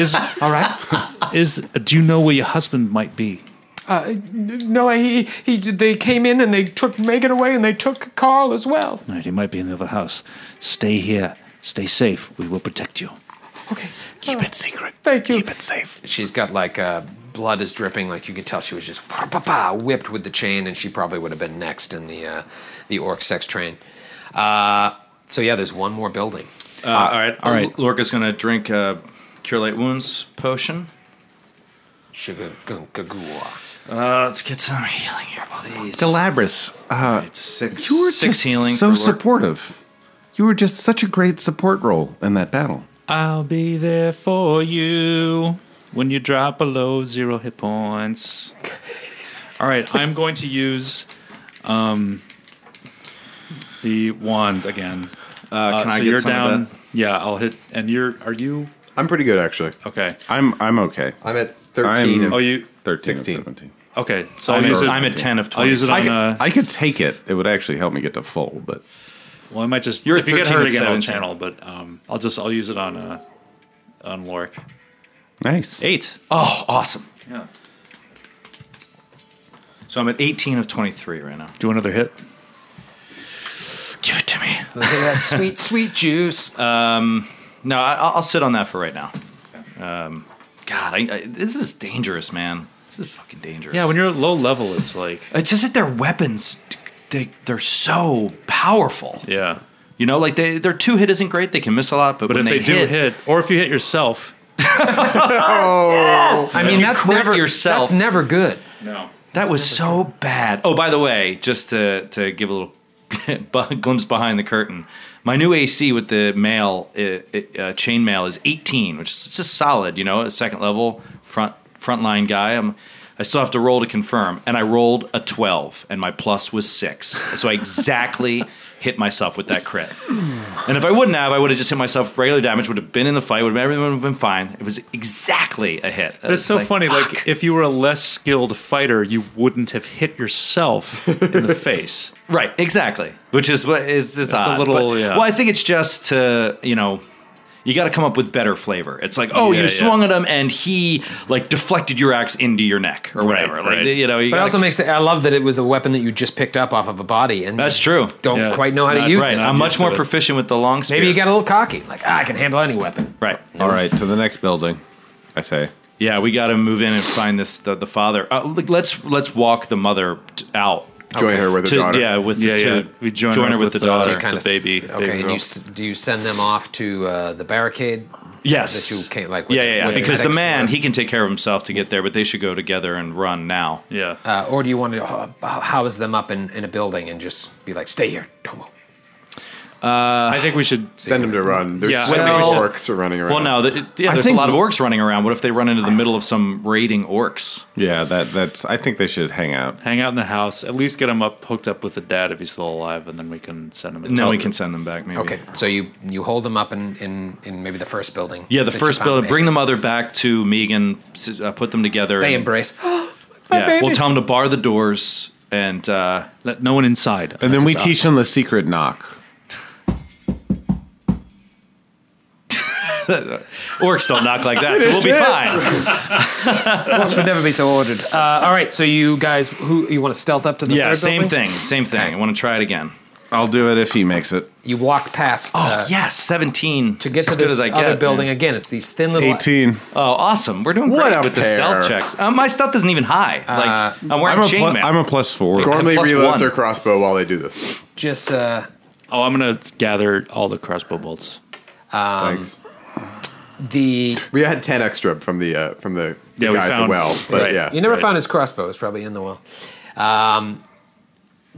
Speaker 6: is,
Speaker 4: Ah, All right.
Speaker 6: is, do you know where your husband might be?
Speaker 4: Uh, n- no, he, he, they came in and they took Megan away and they took Carl as well.
Speaker 6: Right, he might be in the other house. Stay here. Stay safe. We will protect you.
Speaker 4: Okay. Keep it secret. Thank you. Keep it safe. She's got like uh, blood is dripping. Like you can tell she was just pa pa pa whipped with the chain, and she probably would have been next in the uh, the orc sex train. Uh, so yeah, there's one more building.
Speaker 5: Uh, all right, all
Speaker 6: right.
Speaker 5: right. Lorca's gonna drink uh, cure light wounds potion.
Speaker 4: Shugagagagua.
Speaker 5: Uh, let's get some healing here, please.
Speaker 2: Galabras, uh,
Speaker 5: It's six.
Speaker 2: you were
Speaker 5: six
Speaker 2: just
Speaker 5: healing.
Speaker 2: so
Speaker 5: for Lorca.
Speaker 2: supportive. You were just such a great support role in that battle.
Speaker 6: I'll be there for you when you drop below zero hit points. All right, I'm going to use um, the wand again.
Speaker 5: Uh, can I
Speaker 6: so
Speaker 5: get
Speaker 6: you're
Speaker 5: some of
Speaker 6: down.
Speaker 5: that?
Speaker 6: Yeah, I'll hit. And you're. Are you
Speaker 3: I'm pretty good actually.
Speaker 6: okay?
Speaker 2: I'm I'm okay.
Speaker 3: I'm at 13
Speaker 2: I'm-
Speaker 6: Oh,
Speaker 3: of
Speaker 6: you
Speaker 2: 13 of
Speaker 3: 16.
Speaker 2: 17.
Speaker 6: okay? So
Speaker 5: I'm,
Speaker 6: I'll use
Speaker 5: at,
Speaker 6: it.
Speaker 5: I'm at ten of
Speaker 6: I'll
Speaker 5: twenty.
Speaker 6: use it
Speaker 2: I
Speaker 6: on.
Speaker 2: could,
Speaker 6: Uh,
Speaker 2: I could take it. It would actually help me get to full, but
Speaker 6: uh, well, I might just.
Speaker 5: You're at
Speaker 6: if you get
Speaker 5: 13
Speaker 6: hurt
Speaker 5: of
Speaker 6: again, I'll
Speaker 5: 17.
Speaker 6: channel. But um, I'll just. I'll use it on. Uh, on Lorik.
Speaker 2: nice.
Speaker 6: Eight.
Speaker 5: Oh, awesome.
Speaker 6: Yeah.
Speaker 5: So I'm at 18 of 23 right now.
Speaker 6: Do you want another hit?
Speaker 5: Give it to me.
Speaker 4: Look at that sweet, sweet juice.
Speaker 5: No, I, I'll I'll sit on that for right now. Um, God, I, I, this is dangerous, man. This is fucking dangerous.
Speaker 6: Yeah, when you're at low level, it's like
Speaker 5: it's just that their weapons, they they're so powerful.
Speaker 6: yeah.
Speaker 5: You know, like they their two hit isn't great. They can miss a lot, but,
Speaker 6: But
Speaker 5: when
Speaker 6: if they, do hit, or if you hit yourself,
Speaker 4: I mean,
Speaker 5: you
Speaker 4: that's
Speaker 5: crit
Speaker 4: never
Speaker 5: yourself-
Speaker 4: That's never good.
Speaker 6: no.
Speaker 5: That was so bad. Oh, by the way, just to to give a little bu- glimpse behind the curtain, my new AC with the mail uh, uh, chain mail is 18, which is just solid. You know, a second level front frontline guy. I'm, I still have to roll to confirm, and I rolled a 12, and my plus was six, so I exactly hit myself with that crit. And if I wouldn't have, I would have just hit myself. Regular damage would have been in the fight. Would have everything would have been fine. It was exactly a hit.
Speaker 6: But it's so funny. Like if you were a less skilled fighter, you wouldn't have hit yourself in the face.
Speaker 5: Right, exactly. Which is what it's, it's,
Speaker 6: a
Speaker 5: odd,
Speaker 6: little,
Speaker 5: but-
Speaker 6: yeah.
Speaker 5: Well, I think it's just to you know, you got to come up with better flavor. It's like, oh,
Speaker 6: Yeah,
Speaker 5: you
Speaker 6: yeah.
Speaker 5: swung at him and he like deflected your axe into your neck or
Speaker 6: Right,
Speaker 5: whatever.
Speaker 6: right.
Speaker 5: Like you know, you
Speaker 4: But it
Speaker 5: gotta-
Speaker 4: also makes it. I love that it was a weapon that you just picked up off of a body, and
Speaker 5: that's
Speaker 4: you
Speaker 5: true.
Speaker 4: Don't
Speaker 6: Yeah.
Speaker 4: quite know how to
Speaker 6: Not
Speaker 4: use
Speaker 5: right,
Speaker 4: it.
Speaker 5: I'm
Speaker 6: used
Speaker 5: much
Speaker 6: to
Speaker 5: more
Speaker 6: it.
Speaker 5: proficient with the long spear.
Speaker 4: Maybe you got a little cocky, like ah, I can handle any weapon.
Speaker 5: right.
Speaker 2: All right, to the next building. I say.
Speaker 5: Yeah, we got to move in and find this the, the father. Uh, like, let's let's walk the mother t- out.
Speaker 3: Join her with her
Speaker 5: To,
Speaker 3: daughter.
Speaker 5: yeah, with
Speaker 6: Yeah,
Speaker 5: the,
Speaker 6: yeah.
Speaker 5: To
Speaker 6: We join her
Speaker 5: her
Speaker 6: up
Speaker 5: with,
Speaker 6: with
Speaker 5: the
Speaker 6: the-
Speaker 5: daughter,
Speaker 6: Kinda
Speaker 5: the baby.
Speaker 4: Okay,
Speaker 6: baby
Speaker 4: and
Speaker 6: girl.
Speaker 4: you s- do you send them off to uh, the barricade?
Speaker 5: Yes,
Speaker 4: That you can't, like, with-
Speaker 5: yeah, yeah, yeah.
Speaker 4: with
Speaker 5: because the
Speaker 4: medics
Speaker 5: man
Speaker 4: or-
Speaker 5: he can take care of himself to get there, but they should go together and run now.
Speaker 6: Yeah.
Speaker 4: Uh, or do you want to ho- ho- house them up in, in a building and just be like, stay here, don't move?
Speaker 6: I think we should.
Speaker 3: Send them to run. There's
Speaker 5: Yeah.
Speaker 3: so many
Speaker 5: Well-
Speaker 3: orcs are running around.
Speaker 5: Well, no, th- yeah,
Speaker 2: I
Speaker 5: there's
Speaker 2: think-
Speaker 5: a lot of orcs running around. What if they run into the middle of some raiding orcs?
Speaker 2: Yeah, that that's. I think they should hang out.
Speaker 6: Hang out in the house. At least get him up, hooked up with the dad if he's still alive, and then we can send him. a
Speaker 5: No, we
Speaker 6: telegram.
Speaker 5: can send them back. Maybe.
Speaker 4: Okay, so you you hold them up in, in, in maybe the first building.
Speaker 5: Yeah, the
Speaker 4: that you
Speaker 5: first
Speaker 4: found,
Speaker 5: building. Bring the
Speaker 4: maybe.
Speaker 5: mother back to Megan. s- Uh, put them together.
Speaker 4: They
Speaker 5: and-
Speaker 4: embrace.
Speaker 5: yeah, we'll tell them to bar the doors and uh,
Speaker 6: Let no one inside.
Speaker 2: And then we teach them the secret knock.
Speaker 5: orcs don't knock like that, so we'll be fine.
Speaker 4: Orcs would never be so ordered. Uh, all right, so you guys, who you want to stealth up to the
Speaker 5: Yeah,
Speaker 4: third
Speaker 5: same
Speaker 4: building?
Speaker 5: thing. Same thing. I want to try it again.
Speaker 2: I'll do it if he makes it.
Speaker 4: You walk past.
Speaker 5: Oh
Speaker 4: uh,
Speaker 5: yes, seventeen.
Speaker 4: To get
Speaker 5: as
Speaker 4: to
Speaker 5: good
Speaker 4: this
Speaker 5: as I
Speaker 4: other
Speaker 5: get,
Speaker 4: building
Speaker 5: man.
Speaker 4: again, it's these thin little.
Speaker 2: Eighteen.
Speaker 5: Oh, awesome! We're doing
Speaker 3: What
Speaker 5: great
Speaker 3: a
Speaker 5: with the
Speaker 3: pair.
Speaker 5: stealth checks. Uh, my stealth isn't even high. Like I'm wearing
Speaker 2: I'm a, plu-
Speaker 5: chainmail.
Speaker 2: I'm a plus four.
Speaker 3: Gormley
Speaker 5: plus
Speaker 3: reloads
Speaker 5: one.
Speaker 3: her crossbow while they do this.
Speaker 4: Just uh,
Speaker 6: Oh, I'm gonna gather all the crossbow bolts. Um,
Speaker 3: Thanks.
Speaker 4: the
Speaker 3: We had ten extra from the uh, from the, the
Speaker 6: Yeah, we
Speaker 3: guy at the
Speaker 6: found-
Speaker 3: well, but
Speaker 6: right.
Speaker 3: yeah,
Speaker 4: You never
Speaker 6: Right.
Speaker 4: found his crossbow. It's probably in the well. Um,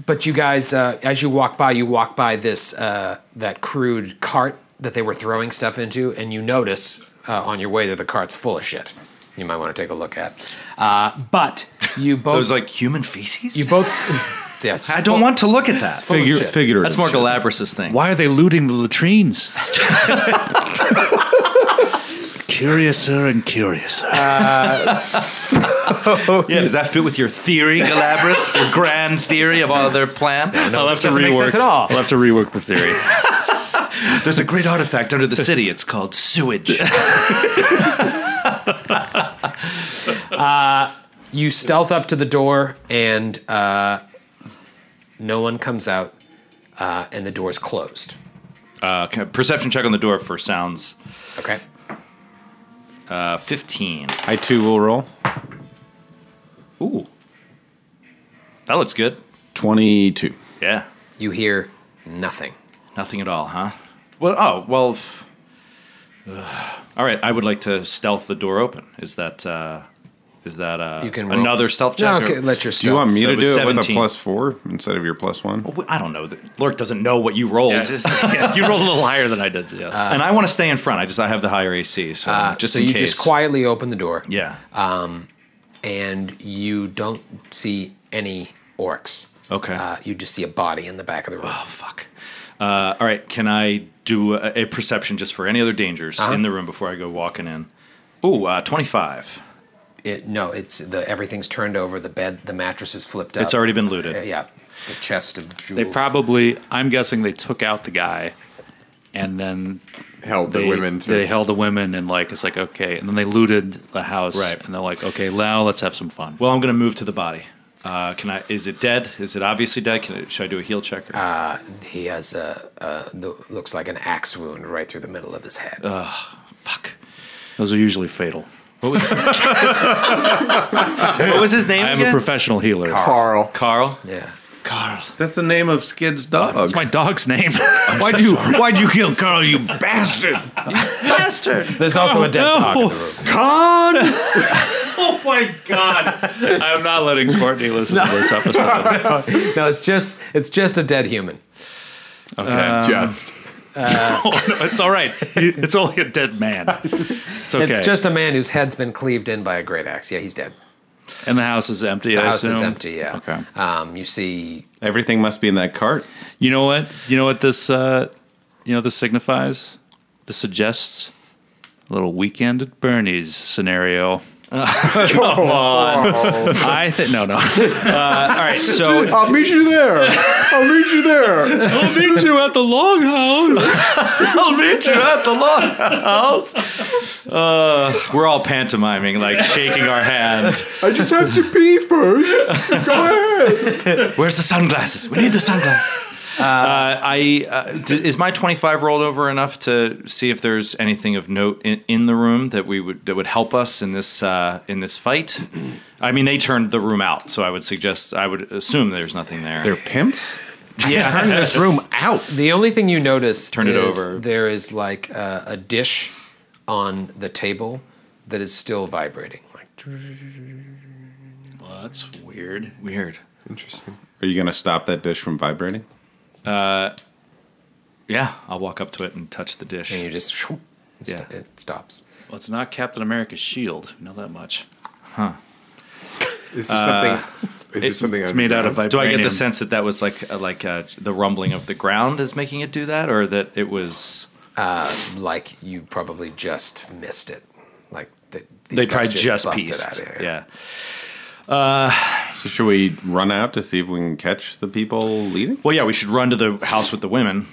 Speaker 4: but you guys, uh, as you walk by, you walk by this uh, that crude cart that they were throwing stuff into, and you notice uh, on your way that the cart's full of shit. You might want to take a look at. Uh, but you both,
Speaker 5: it was like human feces.
Speaker 4: you both, yeah, it's
Speaker 5: I don't
Speaker 4: full-
Speaker 5: want to look at that.
Speaker 4: full of
Speaker 2: Figure,
Speaker 4: shit.
Speaker 2: figurative.
Speaker 5: That's more
Speaker 2: shit.
Speaker 5: Galabras' thing.
Speaker 6: Why are they looting the latrines? curiouser and curiouser.
Speaker 5: Yeah, does that fit with your theory, Galabras? your grand theory of all their plan?
Speaker 6: I'll have to
Speaker 4: doesn't make sense
Speaker 6: rework.
Speaker 4: at all.
Speaker 6: I'll have to rework the theory.
Speaker 5: There's a great artifact under the city. It's called sewage.
Speaker 4: You stealth up to the door, and uh, no one comes out, uh, and the door's closed.
Speaker 5: Uh, okay, perception check on the door for sounds.
Speaker 4: Okay.
Speaker 5: Uh, 15.
Speaker 2: I too will roll.
Speaker 5: Ooh. That looks good.
Speaker 2: Twenty-two.
Speaker 5: Yeah.
Speaker 4: You hear nothing.
Speaker 5: Nothing at all, huh? Well, oh, well. f- Ugh. all right, I would like to stealth the door open. Is that, uh, is that, uh,
Speaker 4: You can roll.
Speaker 5: another stealth
Speaker 4: No,
Speaker 5: check? or-
Speaker 4: okay, let your
Speaker 2: Do you
Speaker 4: stealth.
Speaker 2: want me
Speaker 5: So it
Speaker 2: to do
Speaker 5: was
Speaker 2: it with a
Speaker 5: 17.
Speaker 2: plus four instead of your plus one?
Speaker 5: Oh, I don't know. Lurk doesn't know what you rolled.
Speaker 6: Yeah, just- yeah, you rolled a little higher than I did. Yeah.
Speaker 5: and I want to stay in front. I just I have the higher AC, so
Speaker 4: Uh,
Speaker 5: just
Speaker 4: so
Speaker 5: in
Speaker 4: you
Speaker 5: case.
Speaker 4: just Uh, quietly open the door,
Speaker 5: yeah.
Speaker 4: and you don't see any orcs.
Speaker 5: okay.
Speaker 4: Uh, you just see a body in the back of the room.
Speaker 5: oh fuck. Uh, all right. Can I do a, a perception just for any other dangers
Speaker 4: Uh-huh.
Speaker 5: in the room before I go walking in? Ooh, uh, twenty five.
Speaker 4: It, no, it's the everything's turned over. The bed, the mattress is flipped up.
Speaker 5: It's already been
Speaker 4: Uh,
Speaker 5: looted.
Speaker 4: yeah, the chest of jewels.
Speaker 6: They probably, I'm guessing, they took out the guy, and then
Speaker 3: held
Speaker 6: they
Speaker 3: the women. To,
Speaker 6: they held the women, and like it's like okay, and then they looted the house,
Speaker 5: Right.
Speaker 6: And they're like, okay, now let's have some fun.
Speaker 5: Well, I'm gonna move to the body. Uh, can I? Is it dead? Is it obviously dead? Can I, should I do a heal check? Or,
Speaker 4: He has a, a the, looks like an axe wound right through the middle of his head.
Speaker 5: fuck.
Speaker 6: Those are usually fatal.
Speaker 5: What was his name?
Speaker 6: I am
Speaker 5: again?
Speaker 6: a professional healer.
Speaker 3: Carl.
Speaker 5: Carl.
Speaker 4: yeah.
Speaker 5: Carl.
Speaker 2: That's the name of Skid's dog.
Speaker 6: It's my dog's name.
Speaker 2: Why'd you Why'd you kill Carl? You bastard!
Speaker 4: There's also a dead dog in the room.
Speaker 6: oh my god! I'm not letting Courtney listen to this episode.
Speaker 4: No, it's just it's just a dead human.
Speaker 6: Okay,
Speaker 3: Um, Just. uh,
Speaker 6: Oh, no, it's all right. It's only a dead man. It's okay.
Speaker 4: It's just a man whose head's been cleaved in by a great axe. Yeah, he's dead.
Speaker 6: and the house is empty.
Speaker 4: The
Speaker 6: I
Speaker 4: house is
Speaker 6: assume?
Speaker 4: empty. Yeah.
Speaker 6: Okay.
Speaker 4: Um, you see,
Speaker 2: Everything must be in that cart.
Speaker 6: You know what? You know what this? Uh, you know what this signifies. This suggests a little weekend at Bernie's scenario.
Speaker 5: Oh.
Speaker 6: I think no, no.
Speaker 5: All right. So
Speaker 3: I'll meet you there. I'll meet you there.
Speaker 6: I'll meet you at the loghouse.
Speaker 5: Uh, we're all pantomiming, like shaking our hand.
Speaker 3: I just have to pee first. Go ahead.
Speaker 5: Where's the sunglasses? We need the sunglasses. Uh, I uh, d- is my twenty five rolled over enough to see if there's anything of note in, in the room that we would that would help us in this uh, in this fight. I mean, they turned the room out, so I would suggest I would assume there's nothing there.
Speaker 2: They're pimps.
Speaker 5: yeah,
Speaker 2: This room out.
Speaker 4: the only thing you notice
Speaker 5: Turn it
Speaker 4: is
Speaker 5: over.
Speaker 4: There is like a, a dish on the table that is still vibrating. Like
Speaker 6: Well, that's weird.
Speaker 5: weird.
Speaker 3: Interesting.
Speaker 2: Are you gonna stop that dish from vibrating?
Speaker 5: Yeah, I'll walk up to it and touch the dish.
Speaker 4: and you just shoo, it
Speaker 5: Yeah.
Speaker 4: st- it stops.
Speaker 6: Well, it's not Captain America's shield. We know that much.
Speaker 3: Is there something? Is there something?
Speaker 6: Uh, It's
Speaker 3: I'm-
Speaker 6: made out of vibranium.
Speaker 5: Do I get the sense that that was like uh, like uh, the rumbling of the ground is making it do that, or that it was
Speaker 4: Like you probably just missed it. Like th- these
Speaker 5: they
Speaker 4: guys
Speaker 5: tried just,
Speaker 4: busted
Speaker 5: pieced?
Speaker 4: out of here.
Speaker 5: yeah.
Speaker 2: So should we run out to see if we can catch the people leading?
Speaker 5: Well, yeah, we should run to the house with the women.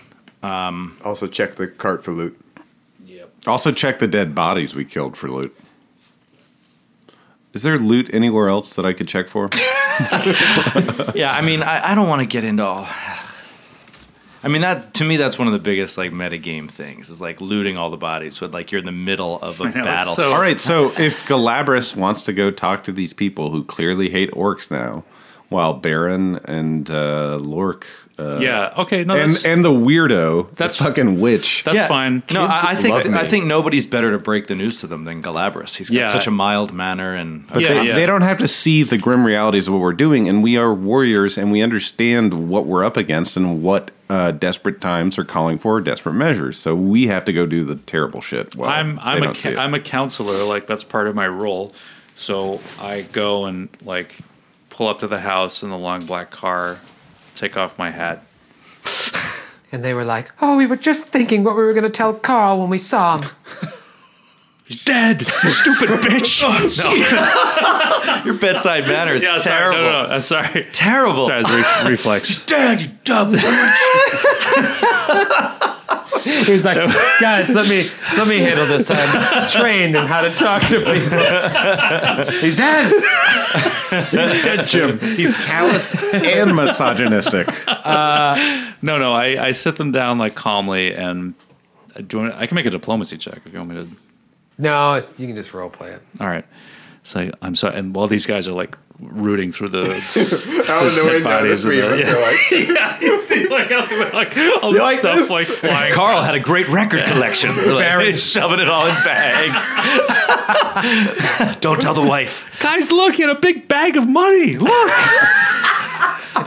Speaker 3: Also check the cart for loot.
Speaker 2: Also check the dead bodies we killed for loot. Is there loot anywhere else that I could check for?
Speaker 5: Yeah, I mean, I, I don't want to get into all. I mean, that to me, that's one of the biggest like metagame things is like looting all the bodies, but like you're in the middle of a battle.
Speaker 6: so-
Speaker 2: All right, so if Galabras wants to go talk to these people who clearly hate orcs now, while Baron and uh, Lork uh,
Speaker 6: Yeah. Okay. No.
Speaker 2: and
Speaker 6: Oh, That's,
Speaker 2: and the weirdo,
Speaker 6: That's-
Speaker 2: that's fucking witch.
Speaker 6: that's fine.
Speaker 5: No, I, I think
Speaker 3: love
Speaker 5: I
Speaker 3: me.
Speaker 5: think nobody's better to break the news to them than Galabras. He's got
Speaker 6: Yeah.
Speaker 5: such a mild manner and
Speaker 2: But
Speaker 6: Yeah,
Speaker 2: they,
Speaker 6: yeah.
Speaker 2: they don't have to see the grim realities of what we're doing, and we are warriors, and we understand what we're up against and what uh, desperate times are calling for desperate measures. So we have to go do the terrible shit. Well,
Speaker 6: I'm I'm
Speaker 2: they
Speaker 6: a
Speaker 2: don't see
Speaker 6: ca-
Speaker 2: it.
Speaker 6: I'm a counselor. Like that's part of my role. So I go and like pull up to the house in the long black car, take off my hat.
Speaker 4: And they were like, "Oh, we were just thinking what we were going to tell Carl when we saw him."
Speaker 6: He's dead. you Stupid bitch. no,
Speaker 5: your bedside manner is
Speaker 6: yeah, sorry.
Speaker 5: terrible.
Speaker 6: No, no, no. I'm sorry.
Speaker 5: Terrible.
Speaker 6: Sorry, it's re- reflex.
Speaker 5: Dad, you dumb
Speaker 4: He was like, guys, let me let me handle this. I'm trained in how to talk to people. He's dead.
Speaker 2: He's callous and misogynistic.
Speaker 6: No, no. I, I sit them down like calmly and I, do you want, I can make a diplomacy check if you want me to
Speaker 4: No, it's you can just role play it.
Speaker 6: All right. So I'm sorry. And while these guys are like rooting through
Speaker 3: Out
Speaker 6: the,
Speaker 3: in the
Speaker 6: Dead
Speaker 3: window, the
Speaker 6: bodies
Speaker 3: three of
Speaker 6: in
Speaker 3: us
Speaker 6: the-
Speaker 3: are like,
Speaker 6: you see, like, out the window, like all
Speaker 3: You
Speaker 6: this
Speaker 3: like
Speaker 6: stuff,
Speaker 3: this?
Speaker 6: like flying.
Speaker 5: Carl had a great record collection. Like, shoving it all in bags. Don't tell the wife.
Speaker 6: Guys, look he had a big bag of money. Look,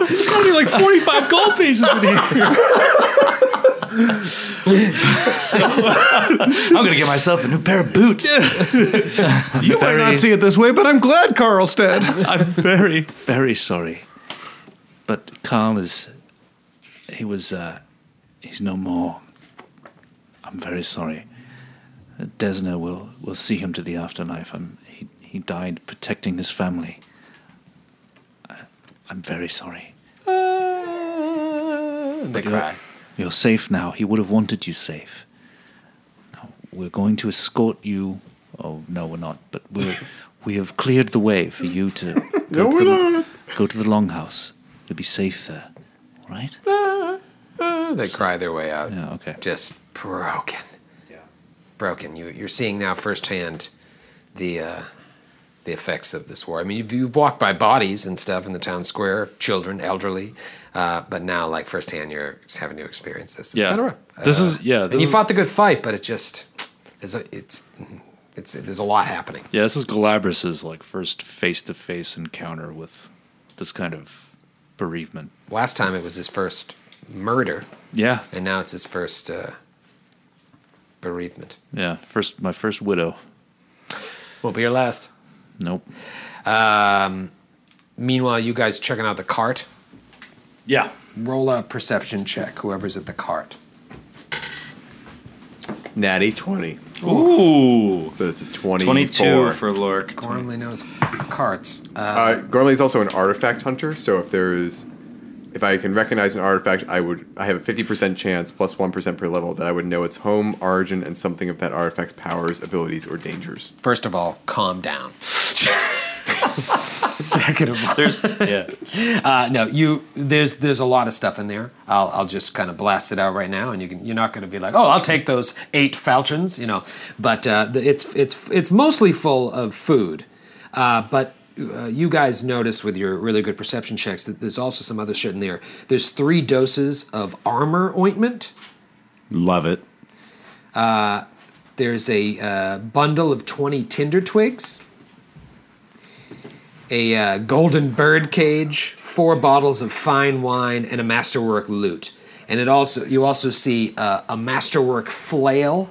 Speaker 6: it's gonna be like 45 gold pieces in here.
Speaker 5: I'm gonna get myself a new pair of boots.
Speaker 2: you might not see it this way, but I'm glad Carl's dead.
Speaker 6: I'm very, very sorry, but Carl is, he was, uh, he's no more. I'm very sorry. Desna will will see him to the afterlife. I'm, he he died protecting his family. I, I'm very sorry.
Speaker 4: They cry.
Speaker 6: You're safe now. He would have wanted you safe. Now, we're going to escort you. Oh, no, we're not. But we're, we have cleared the way for you to.
Speaker 3: no, we're not.
Speaker 6: Go to the longhouse. You'll be safe there. Right?
Speaker 4: They cry their way out.
Speaker 6: Yeah, okay.
Speaker 4: Just broken.
Speaker 5: Yeah.
Speaker 4: Broken. You, you're seeing now firsthand the uh, the effects of this war. I mean, you've, you've walked by bodies and stuff in the town square, children, elderly, uh, but now, like firsthand, you're having to experience this. It's
Speaker 6: Yeah.
Speaker 4: kind of rough.
Speaker 6: This
Speaker 4: Uh,
Speaker 6: is- yeah,
Speaker 4: and
Speaker 6: this
Speaker 4: you
Speaker 6: is-
Speaker 4: fought the good fight, but it just it's a- it's it's there's a lot happening.
Speaker 6: Yeah, this is Galabras's like first face to face encounter with this kind of bereavement.
Speaker 4: Last time it was his first murder,
Speaker 6: Yeah.
Speaker 4: and now it's his first uh, bereavement.
Speaker 6: Yeah. First my first widow.
Speaker 4: Will be your last.
Speaker 6: Nope.
Speaker 4: Meanwhile, you guys checking out the cart.
Speaker 5: Yeah.
Speaker 4: Roll a perception check, whoever's at the cart.
Speaker 3: Natty 20.
Speaker 5: Ooh.
Speaker 3: So it's a 24.
Speaker 5: 22 for Lork.
Speaker 4: Gormley knows carts. Uh,
Speaker 3: Uh, Gormley is also an artifact hunter, so if there is, if I can recognize an artifact, I would. I have a fifty percent chance, plus one percent per level, that I would know its home, origin, and something of that artifact's powers, abilities, or dangers.
Speaker 4: first of all, calm down. Second of all,
Speaker 5: There's, yeah.
Speaker 4: uh, no, you there's there's a lot of stuff in there. I'll, I'll just kind of blast it out right now, and you can you're not going to be like, oh, I'll take those eight falchions, you know. But uh, the, it's it's it's mostly full of food, uh, but. Uh, you guys notice with your really good perception checks that there's also some other shit in there. There's three doses of armor ointment.
Speaker 2: Love it.
Speaker 4: There's a uh, bundle of 20 tinder twigs, a uh, golden bird cage, four bottles of fine wine, and a masterwork lute. And it also you also see uh, a masterwork flail,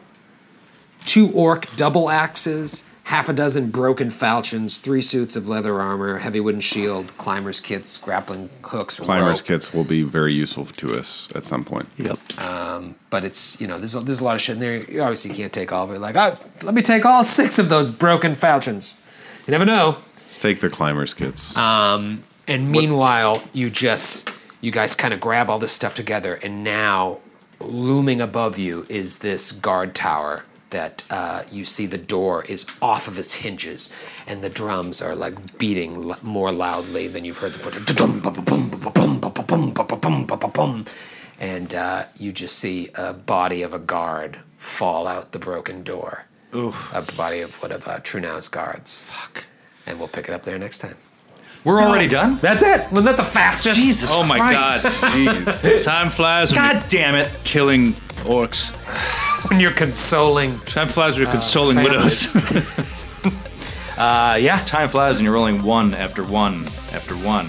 Speaker 4: two orc double axes, half a dozen broken falchions, three suits of leather armor, heavy wooden shield, climbers kits, grappling hooks,
Speaker 2: Climbers
Speaker 4: rope.
Speaker 2: kits will be very useful to us at some point.
Speaker 6: Yep.
Speaker 4: Um, but it's you know there's a, there's a lot of shit in there. You obviously can't take all of it. Like, oh, let me take all six of those broken falchions. You never know.
Speaker 2: Let's take the climbers kits.
Speaker 4: And meanwhile, you just you guys kind of grab all this stuff together, and now looming above you is this guard tower that uh, you see the door is off of its hinges, and the drums are like beating l- more loudly than you've heard them. And uh, you just see a body of a guard fall out the broken door. Oof. A body of one of uh, Trunau's guards. Fuck. And we'll pick it up there next time.
Speaker 5: We're already done?
Speaker 4: That's it. Wasn't that the fastest? Jesus.
Speaker 6: Oh my god. Jeez. Time flies when you're
Speaker 5: God damn it.
Speaker 6: killing orcs.
Speaker 4: When you're consoling.
Speaker 6: Time flies
Speaker 5: Uh,
Speaker 6: when you're consoling widows.
Speaker 4: Uh, yeah.
Speaker 5: Time flies and you're rolling one after one after one.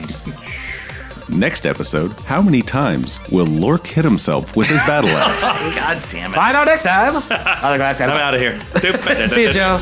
Speaker 2: Next episode, how many times will Lork hit himself with his battle axe?
Speaker 5: God damn it.
Speaker 4: Find out next time. Other glass guy.
Speaker 5: I'm out of here.
Speaker 4: See you, Joe.